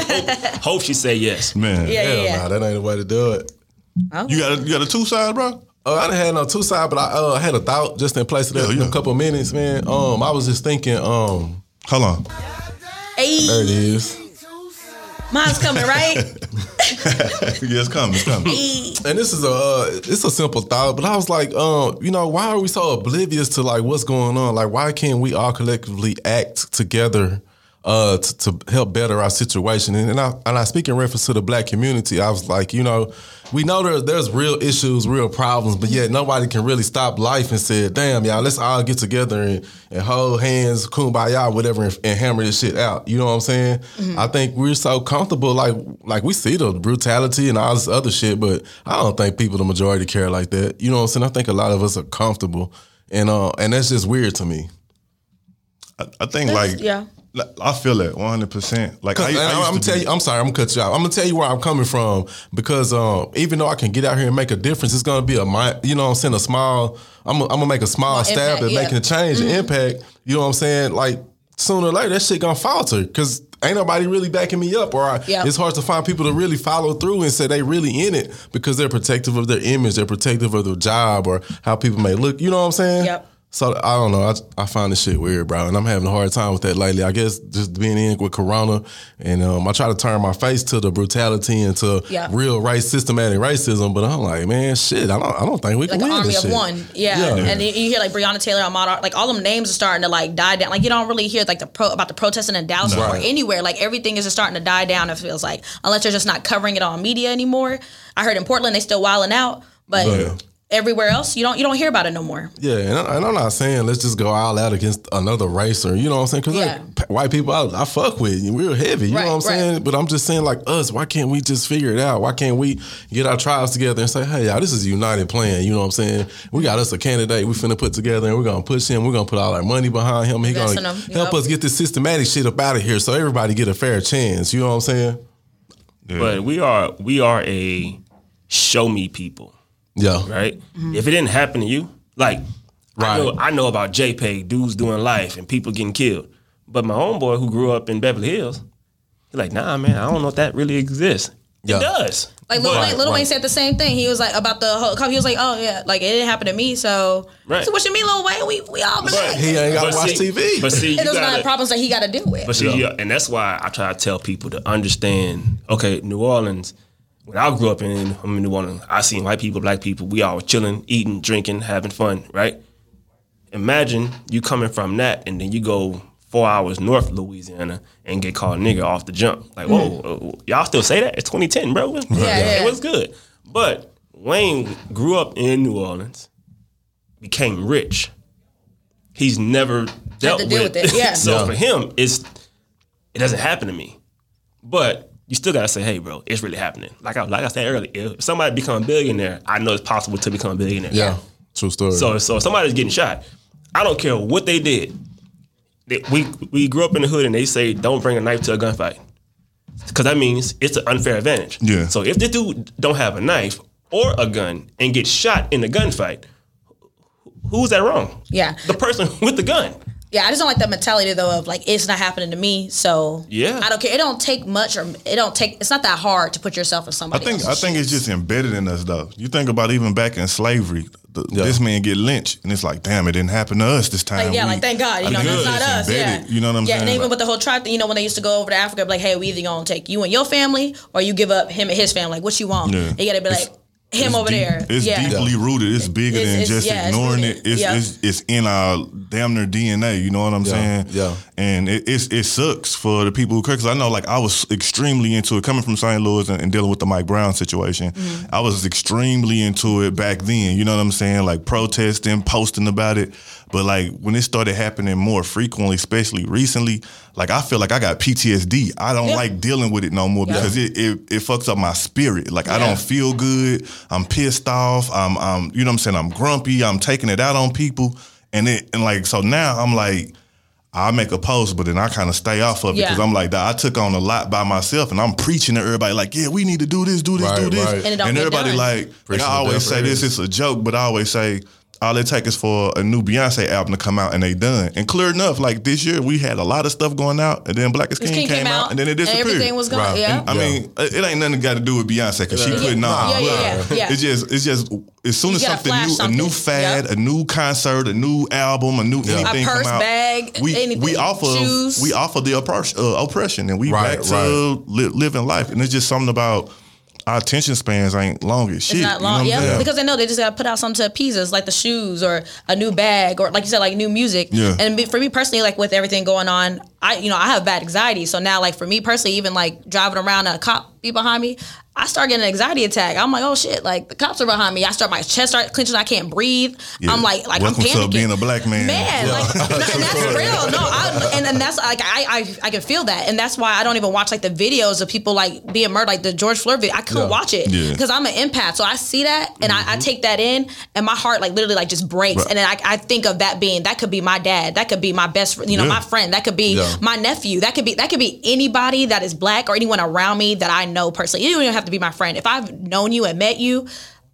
Speaker 6: Right.
Speaker 5: Hope she say yes.
Speaker 3: man.
Speaker 4: Yeah, yeah,
Speaker 6: Hell
Speaker 4: yeah.
Speaker 6: nah, that ain't the way to do it.
Speaker 3: You got a, you got a two side, bro.
Speaker 6: Uh, I done had no two side, but I uh, had a thought just in place of that
Speaker 3: Yeah,
Speaker 6: in
Speaker 3: yeah.
Speaker 6: a couple of minutes, man. Um, I was just thinking, um,
Speaker 3: Hold on.
Speaker 6: there it
Speaker 4: Hey,
Speaker 6: is.
Speaker 4: mine's coming, right? E,
Speaker 3: yeah, it's coming. It's
Speaker 4: [laughs]
Speaker 3: coming.
Speaker 6: and this is a uh, it's a simple thought, but I was like, um, you know, why are we so oblivious to like what's going on? Like, why can't we all collectively act together uh, t- to help better our situation? And, and I and I speak in reference to the black community. I was like, you know, we know there's there's real issues, real problems, but yet nobody can really stop life and say, damn, y'all, let's all get together and, and hold hands, kumbaya, whatever, and, and hammer this shit out. You know what I'm saying? I think we're so comfortable, like like we see the brutality and all this other shit, but I don't think people the majority care like that. You know what I'm saying? I think a lot of us are comfortable, and uh, and that's just weird to me.
Speaker 3: I, I think
Speaker 4: That's-
Speaker 3: like
Speaker 4: yeah.
Speaker 3: like, I feel it 100. percent Like I, I
Speaker 6: And
Speaker 3: used
Speaker 6: I'm
Speaker 3: to be-
Speaker 6: gonna tell you, I'm sorry, I'm gonna cut you out. I'm gonna tell you where I'm coming from because um, even though I can get out here and make a difference, it's gonna be a mi- you know what I'm saying a small. I'm gonna- I'm gonna make a small,
Speaker 4: Small
Speaker 6: stab
Speaker 4: impact,
Speaker 6: at
Speaker 4: yeah. Mm-hmm.
Speaker 6: making a change, an impact. You know what I'm saying? Like sooner or later, that shit gonna falter because ain't nobody really backing me up, or I,
Speaker 4: Yep.
Speaker 6: it's hard to find people to really follow through and say they really in it because they're protective of their image, they're protective of their job, or how people may look. You know what I'm saying?
Speaker 4: Yep.
Speaker 6: So I don't know. I, I find this shit weird, bro, and I'm having a hard time with that lately. I guess just being in with Corona, and um, I try to turn my face to the brutality and to
Speaker 4: Yeah.
Speaker 6: real race, systematic racism. But I'm like, man, shit. I don't. I don't think we
Speaker 4: like
Speaker 6: can
Speaker 4: an
Speaker 6: win
Speaker 4: army
Speaker 6: this
Speaker 4: of
Speaker 6: shit.
Speaker 4: one. Yeah. And you you hear like Breonna Taylor, Ahmaud, Ar- like all them names are starting to like die down. Like you don't really hear like the pro about the protesting in Dallas or
Speaker 6: Right.
Speaker 4: anywhere. Like everything is just starting to die down. It feels like unless they're just not covering it on media anymore. I heard in Portland they still wilding out, but
Speaker 6: Oh, Yeah.
Speaker 4: everywhere else you don't you don't hear about it no more.
Speaker 6: Yeah, and, I, and I'm not saying let's just go all out against another race or you know what I'm saying because
Speaker 4: Yeah.
Speaker 6: like, p- white people I, I fuck with you we're heavy you
Speaker 4: Right,
Speaker 6: know what I'm
Speaker 4: right.
Speaker 6: saying but I'm just saying like us why can't we just figure it out why can't we get our tribes together and say hey y'all this is a united plan you know what I'm saying we got us a candidate we finna put together and we're gonna push him we're gonna put all our money behind him he
Speaker 4: Invest
Speaker 6: gonna
Speaker 4: in him,
Speaker 6: help
Speaker 4: yep.
Speaker 6: us get this systematic shit up out of here so everybody get a fair chance you know what I'm saying
Speaker 5: But we are we are a show me people,
Speaker 6: yeah
Speaker 5: right? If it didn't happen to you, like
Speaker 6: Right.
Speaker 5: I know I know about JPEG dudes doing life and people getting killed. But my homeboy who grew up in Beverly Hills, he's like, nah, man, I don't know if that really exists.
Speaker 6: Yeah.
Speaker 5: It does.
Speaker 4: Like Lil,
Speaker 5: But-
Speaker 4: Wayne, Lil Wayne said the same thing. He was like about the whole. He was like, "Oh yeah, like it didn't happen to me." So,
Speaker 5: Right.
Speaker 4: so what you mean, Lil Wayne? We we all black.
Speaker 6: he ain't gotta
Speaker 5: But
Speaker 6: watch
Speaker 5: see-
Speaker 6: TV
Speaker 5: But see, you
Speaker 4: And those are
Speaker 5: gotta,
Speaker 4: the problems that he got to deal with.
Speaker 5: But see, yeah. and that's why I try to tell people to understand. Okay, New Orleans. When I grew up in, I'm in New Orleans. I seen white people, black people. We all chilling, eating, drinking, having fun. Right? Imagine you coming from that, and then you go four hours north Louisiana and get called nigga off the jump. Like, whoa, whoa, y'all still say that? It's 2010, bro. What-
Speaker 4: yeah.
Speaker 5: It was good, but Wayne grew up in New Orleans, became rich. He's never dealt
Speaker 4: to deal
Speaker 5: with,
Speaker 4: with it, yeah.
Speaker 5: [laughs] so
Speaker 6: Yeah.
Speaker 5: for him, it's it doesn't happen to me. But you still gotta say, hey, bro, it's really happening. Like I like I said earlier, if somebody become a billionaire, I know it's possible to become a billionaire.
Speaker 6: yeah true story
Speaker 5: So so if somebody's getting shot. I don't care what they did. They- we we grew up in the hood and they say don't bring a knife to a gunfight because that means it's an unfair advantage.
Speaker 3: Yeah.
Speaker 5: So if this dude don't have a knife or a gun and gets shot in a gunfight, wh- who's that wrong?
Speaker 4: Yeah.
Speaker 5: The person [laughs] with the gun.
Speaker 4: Yeah, I just don't like that mentality though of like it's not happening to me, so
Speaker 5: Yeah.
Speaker 4: I don't care. It don't take much, or it don't take. It's not that hard to put yourself in
Speaker 3: I
Speaker 4: somebody.
Speaker 3: think I
Speaker 4: else's
Speaker 3: think it's just embedded in us though. You think about even back in slavery, th- this man get lynched, and it's like, damn, it didn't happen to us this time.
Speaker 4: Like, yeah,
Speaker 3: We-
Speaker 4: like thank God, you
Speaker 3: I
Speaker 4: know,
Speaker 3: think
Speaker 4: that's
Speaker 3: it's
Speaker 4: not
Speaker 3: just
Speaker 4: us.
Speaker 3: embedded,
Speaker 4: yeah,
Speaker 3: you know what I'm
Speaker 4: yeah,
Speaker 3: saying?
Speaker 4: and even
Speaker 3: Like-
Speaker 4: with the whole tribe thing, you know, when they used to go over to Africa, be like, hey, we either gonna take you and your family, or you give up him and his family. Like, what you want?
Speaker 3: Yeah.
Speaker 4: And you gotta be like him over
Speaker 3: deep-
Speaker 4: there.
Speaker 3: It's
Speaker 4: yeah,
Speaker 3: deeply rooted. It's bigger
Speaker 4: It's-
Speaker 3: than
Speaker 4: it's-
Speaker 3: just
Speaker 4: yeah, it's
Speaker 3: ignoring
Speaker 4: rooted.
Speaker 3: it. It's,
Speaker 4: Yeah.
Speaker 3: it's it's in our damn near DNA. You know what I'm saying?
Speaker 6: yeah.
Speaker 3: And it it's, it sucks for the people who because I know like I was extremely into it coming from St. Louis and, and dealing with the Mike Brown situation.
Speaker 4: Mm-hmm.
Speaker 3: I was extremely into it back then. You know what I'm saying? Like protesting, posting about it. But like when it started happening more frequently, especially recently, like I feel like I got PTSD. I don't
Speaker 4: Yeah.
Speaker 3: like dealing with it no more because it, it it fucks up my spirit. Like I
Speaker 4: Yeah.
Speaker 3: don't feel good. I'm pissed off. I'm, I'm, you know what I'm saying? I'm grumpy. I'm taking it out on people. And it, and like, so now I'm like, I make a post, but then I kind of stay off of it
Speaker 4: Yeah.
Speaker 3: because I'm like, "Nah, I took on a lot by myself and I'm preaching to everybody like, yeah, we need to do this, do this,
Speaker 6: Right,
Speaker 3: do this.
Speaker 6: right.
Speaker 4: And it don't get
Speaker 3: everybody
Speaker 4: done.
Speaker 3: like, like,
Speaker 6: Preaching
Speaker 3: I
Speaker 6: to
Speaker 3: always
Speaker 6: deaf
Speaker 3: say this, it's
Speaker 6: ears.
Speaker 3: a joke, but I always say, all it takes is for a new Beyonce album to come out and they done. And clear enough, like this year we had a lot of stuff going out and then Black is King,
Speaker 4: This king
Speaker 3: came, out, and then it disappeared.
Speaker 4: everything was gone.
Speaker 6: Right.
Speaker 4: Yeah,
Speaker 3: I mean, uh, it ain't nothing got to do with Beyonce because she
Speaker 6: Yeah.
Speaker 3: putting on.
Speaker 4: Yeah, yeah,
Speaker 3: but
Speaker 4: yeah, yeah.
Speaker 3: It's just, it's just, as soon as
Speaker 4: gotta
Speaker 3: something
Speaker 4: flash
Speaker 3: new, a new
Speaker 4: something.
Speaker 3: fad,
Speaker 4: Yep.
Speaker 3: a new concert, a new album, a new anything
Speaker 4: A purse,
Speaker 3: come out,
Speaker 4: bag,
Speaker 3: we we
Speaker 4: anything,
Speaker 3: offer
Speaker 4: shoes.
Speaker 3: we offer the oppress, uh, oppression, and we
Speaker 6: Right,
Speaker 3: back to
Speaker 6: right.
Speaker 3: li- living life, and it's just something about our attention spans ain't long as shit.
Speaker 4: It's not long,
Speaker 3: you know what I'm
Speaker 4: yeah,
Speaker 3: saying?
Speaker 4: because they know they just gotta put out something to appease us, like the shoes or a new bag or like you said, like new music.
Speaker 3: Yeah.
Speaker 4: And be- for me personally, like with everything going on, I you know I have bad anxiety, so now like for me personally, even like driving around and a cop be behind me, I start getting an anxiety attack. I'm like, oh shit, like the cops are behind me. I start my chest start clenching, I can't breathe.
Speaker 3: Yeah.
Speaker 4: I'm like, like
Speaker 3: Welcome
Speaker 4: I'm panicking.
Speaker 3: to being a black man.
Speaker 4: Man,
Speaker 3: Yeah.
Speaker 4: like no, and that's real. No, I, and, and that's like I, I I can feel that, and that's why I don't even watch like the videos of people like being murdered, like the George Floyd video. I couldn't
Speaker 6: Yeah.
Speaker 4: watch it
Speaker 3: Yeah.
Speaker 4: because I'm an empath, so I see that and I, I take that in, and my heart like literally like just breaks,
Speaker 3: Right.
Speaker 4: and then I, I think of that being that could be my dad, that could be my best, fr- you know,
Speaker 3: Yeah.
Speaker 4: my friend, that could be
Speaker 6: Yeah.
Speaker 4: my nephew, that could be that could be anybody that is black or anyone around me that I know personally. You don't even have to be my friend. If I've known you and met you,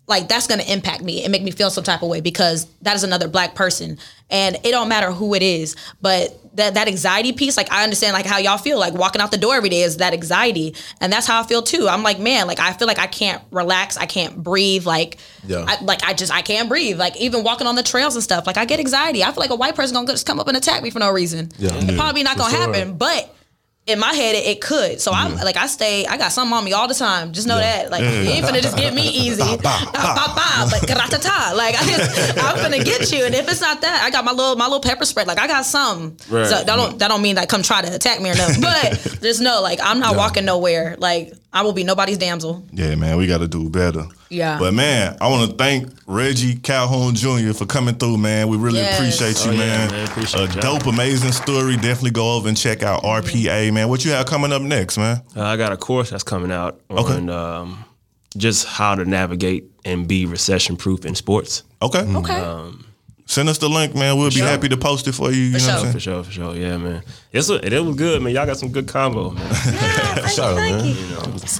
Speaker 4: like that's going to impact me and make me feel some type of way because that is another black person and it don't matter who it is, but that that anxiety piece, like I understand like how y'all feel, like walking out the door every day is that anxiety, and that's how I feel too. I'm like, man, like I feel like I can't relax, I can't breathe, like,
Speaker 6: Yeah.
Speaker 4: I, like I just I can't breathe, like even walking on the trails and stuff, like I get anxiety. I feel like a white person gonna just come up and attack me for no reason.
Speaker 6: Yeah.
Speaker 4: It's
Speaker 6: Yeah,
Speaker 4: probably not
Speaker 6: for
Speaker 4: gonna
Speaker 6: sure.
Speaker 4: happen, but in my head it, it could. So I'm like I stay, I got something on me all the time. Just know that. Like you ain't finna just get me easy. Bah, bah, bah, but gratata. Like I just, I'm finna get you. And if it's not that, I got my little my little pepper spread. Like I got something.
Speaker 5: Right.
Speaker 4: So that don't that don't mean like come try to attack me or nothing. But just know like I'm not walking nowhere. Like I will be nobody's damsel.
Speaker 3: Yeah, man, we got to do better.
Speaker 4: Yeah.
Speaker 3: But man, I want to thank Reggie Calhoun Jr. for coming through, man. We really
Speaker 4: Yes.
Speaker 3: appreciate you,
Speaker 5: Oh, yeah,
Speaker 3: man.
Speaker 5: man. Appreciate
Speaker 3: A
Speaker 5: y'all.
Speaker 3: dope, amazing story. Definitely go over and check out RPA, man. What you have coming up next, man?
Speaker 5: Uh, I got a course that's coming out on um, just how to navigate and be recession proof in sports.
Speaker 3: Okay.
Speaker 5: Mm-hmm.
Speaker 4: Okay.
Speaker 3: Send us the link, man. We'll be
Speaker 4: sure.
Speaker 3: happy to post it for you. You know
Speaker 4: sure.
Speaker 3: what I'm
Speaker 5: For
Speaker 3: saying?
Speaker 5: sure, for sure. Yeah, man. It's a, it was good, man. Y'all got some good combo, man.
Speaker 4: Ah,
Speaker 6: Shout out, man.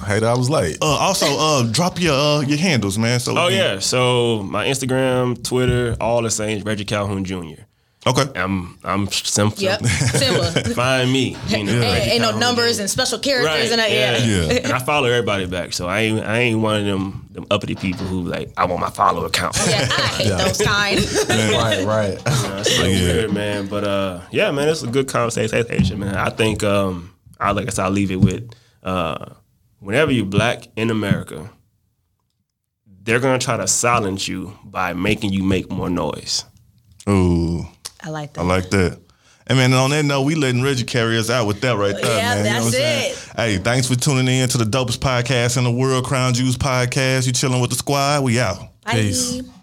Speaker 6: Hate I
Speaker 5: [laughs]
Speaker 6: was late.
Speaker 3: Uh, also, uh, drop your uh, your handles, man. So
Speaker 5: Oh yeah. So my Instagram, Twitter, all the same. Reggie Calhoun Jr.
Speaker 3: Okay.
Speaker 5: I'm I'm simple.
Speaker 4: Yep. Simba.
Speaker 5: Find me. You know,
Speaker 4: Ain't,
Speaker 5: Reggie
Speaker 4: ain't no
Speaker 5: Calhoun
Speaker 4: numbers
Speaker 5: Jr..
Speaker 4: and special characters and
Speaker 5: Right.
Speaker 4: that.
Speaker 5: yeah.
Speaker 4: Yeah.
Speaker 3: Yeah.
Speaker 5: And I follow everybody back, so I ain't I ain't one of them them uppity people who like I want my follower count. [laughs]
Speaker 4: Yeah, I hate those
Speaker 6: [laughs]
Speaker 4: kind.
Speaker 6: right, [laughs] right.
Speaker 5: That's so weird, man. But uh, yeah, man, it's a good conversation, man. I think um, I like I said, I leave it with uh, whenever you black in America, they're gonna try to silence you by making you make more noise.
Speaker 3: Ooh,
Speaker 4: I like that.
Speaker 3: I like that. And man, on that note, we letting Reggie carry us out with that right there,
Speaker 4: Yeah,
Speaker 3: man. You know
Speaker 4: that's
Speaker 3: what I'm saying? Hey, thanks for tuning in to the dopest podcast in the world, Crown Jews Podcast. You chilling with the squad. We out.
Speaker 4: Bye.
Speaker 6: Peace.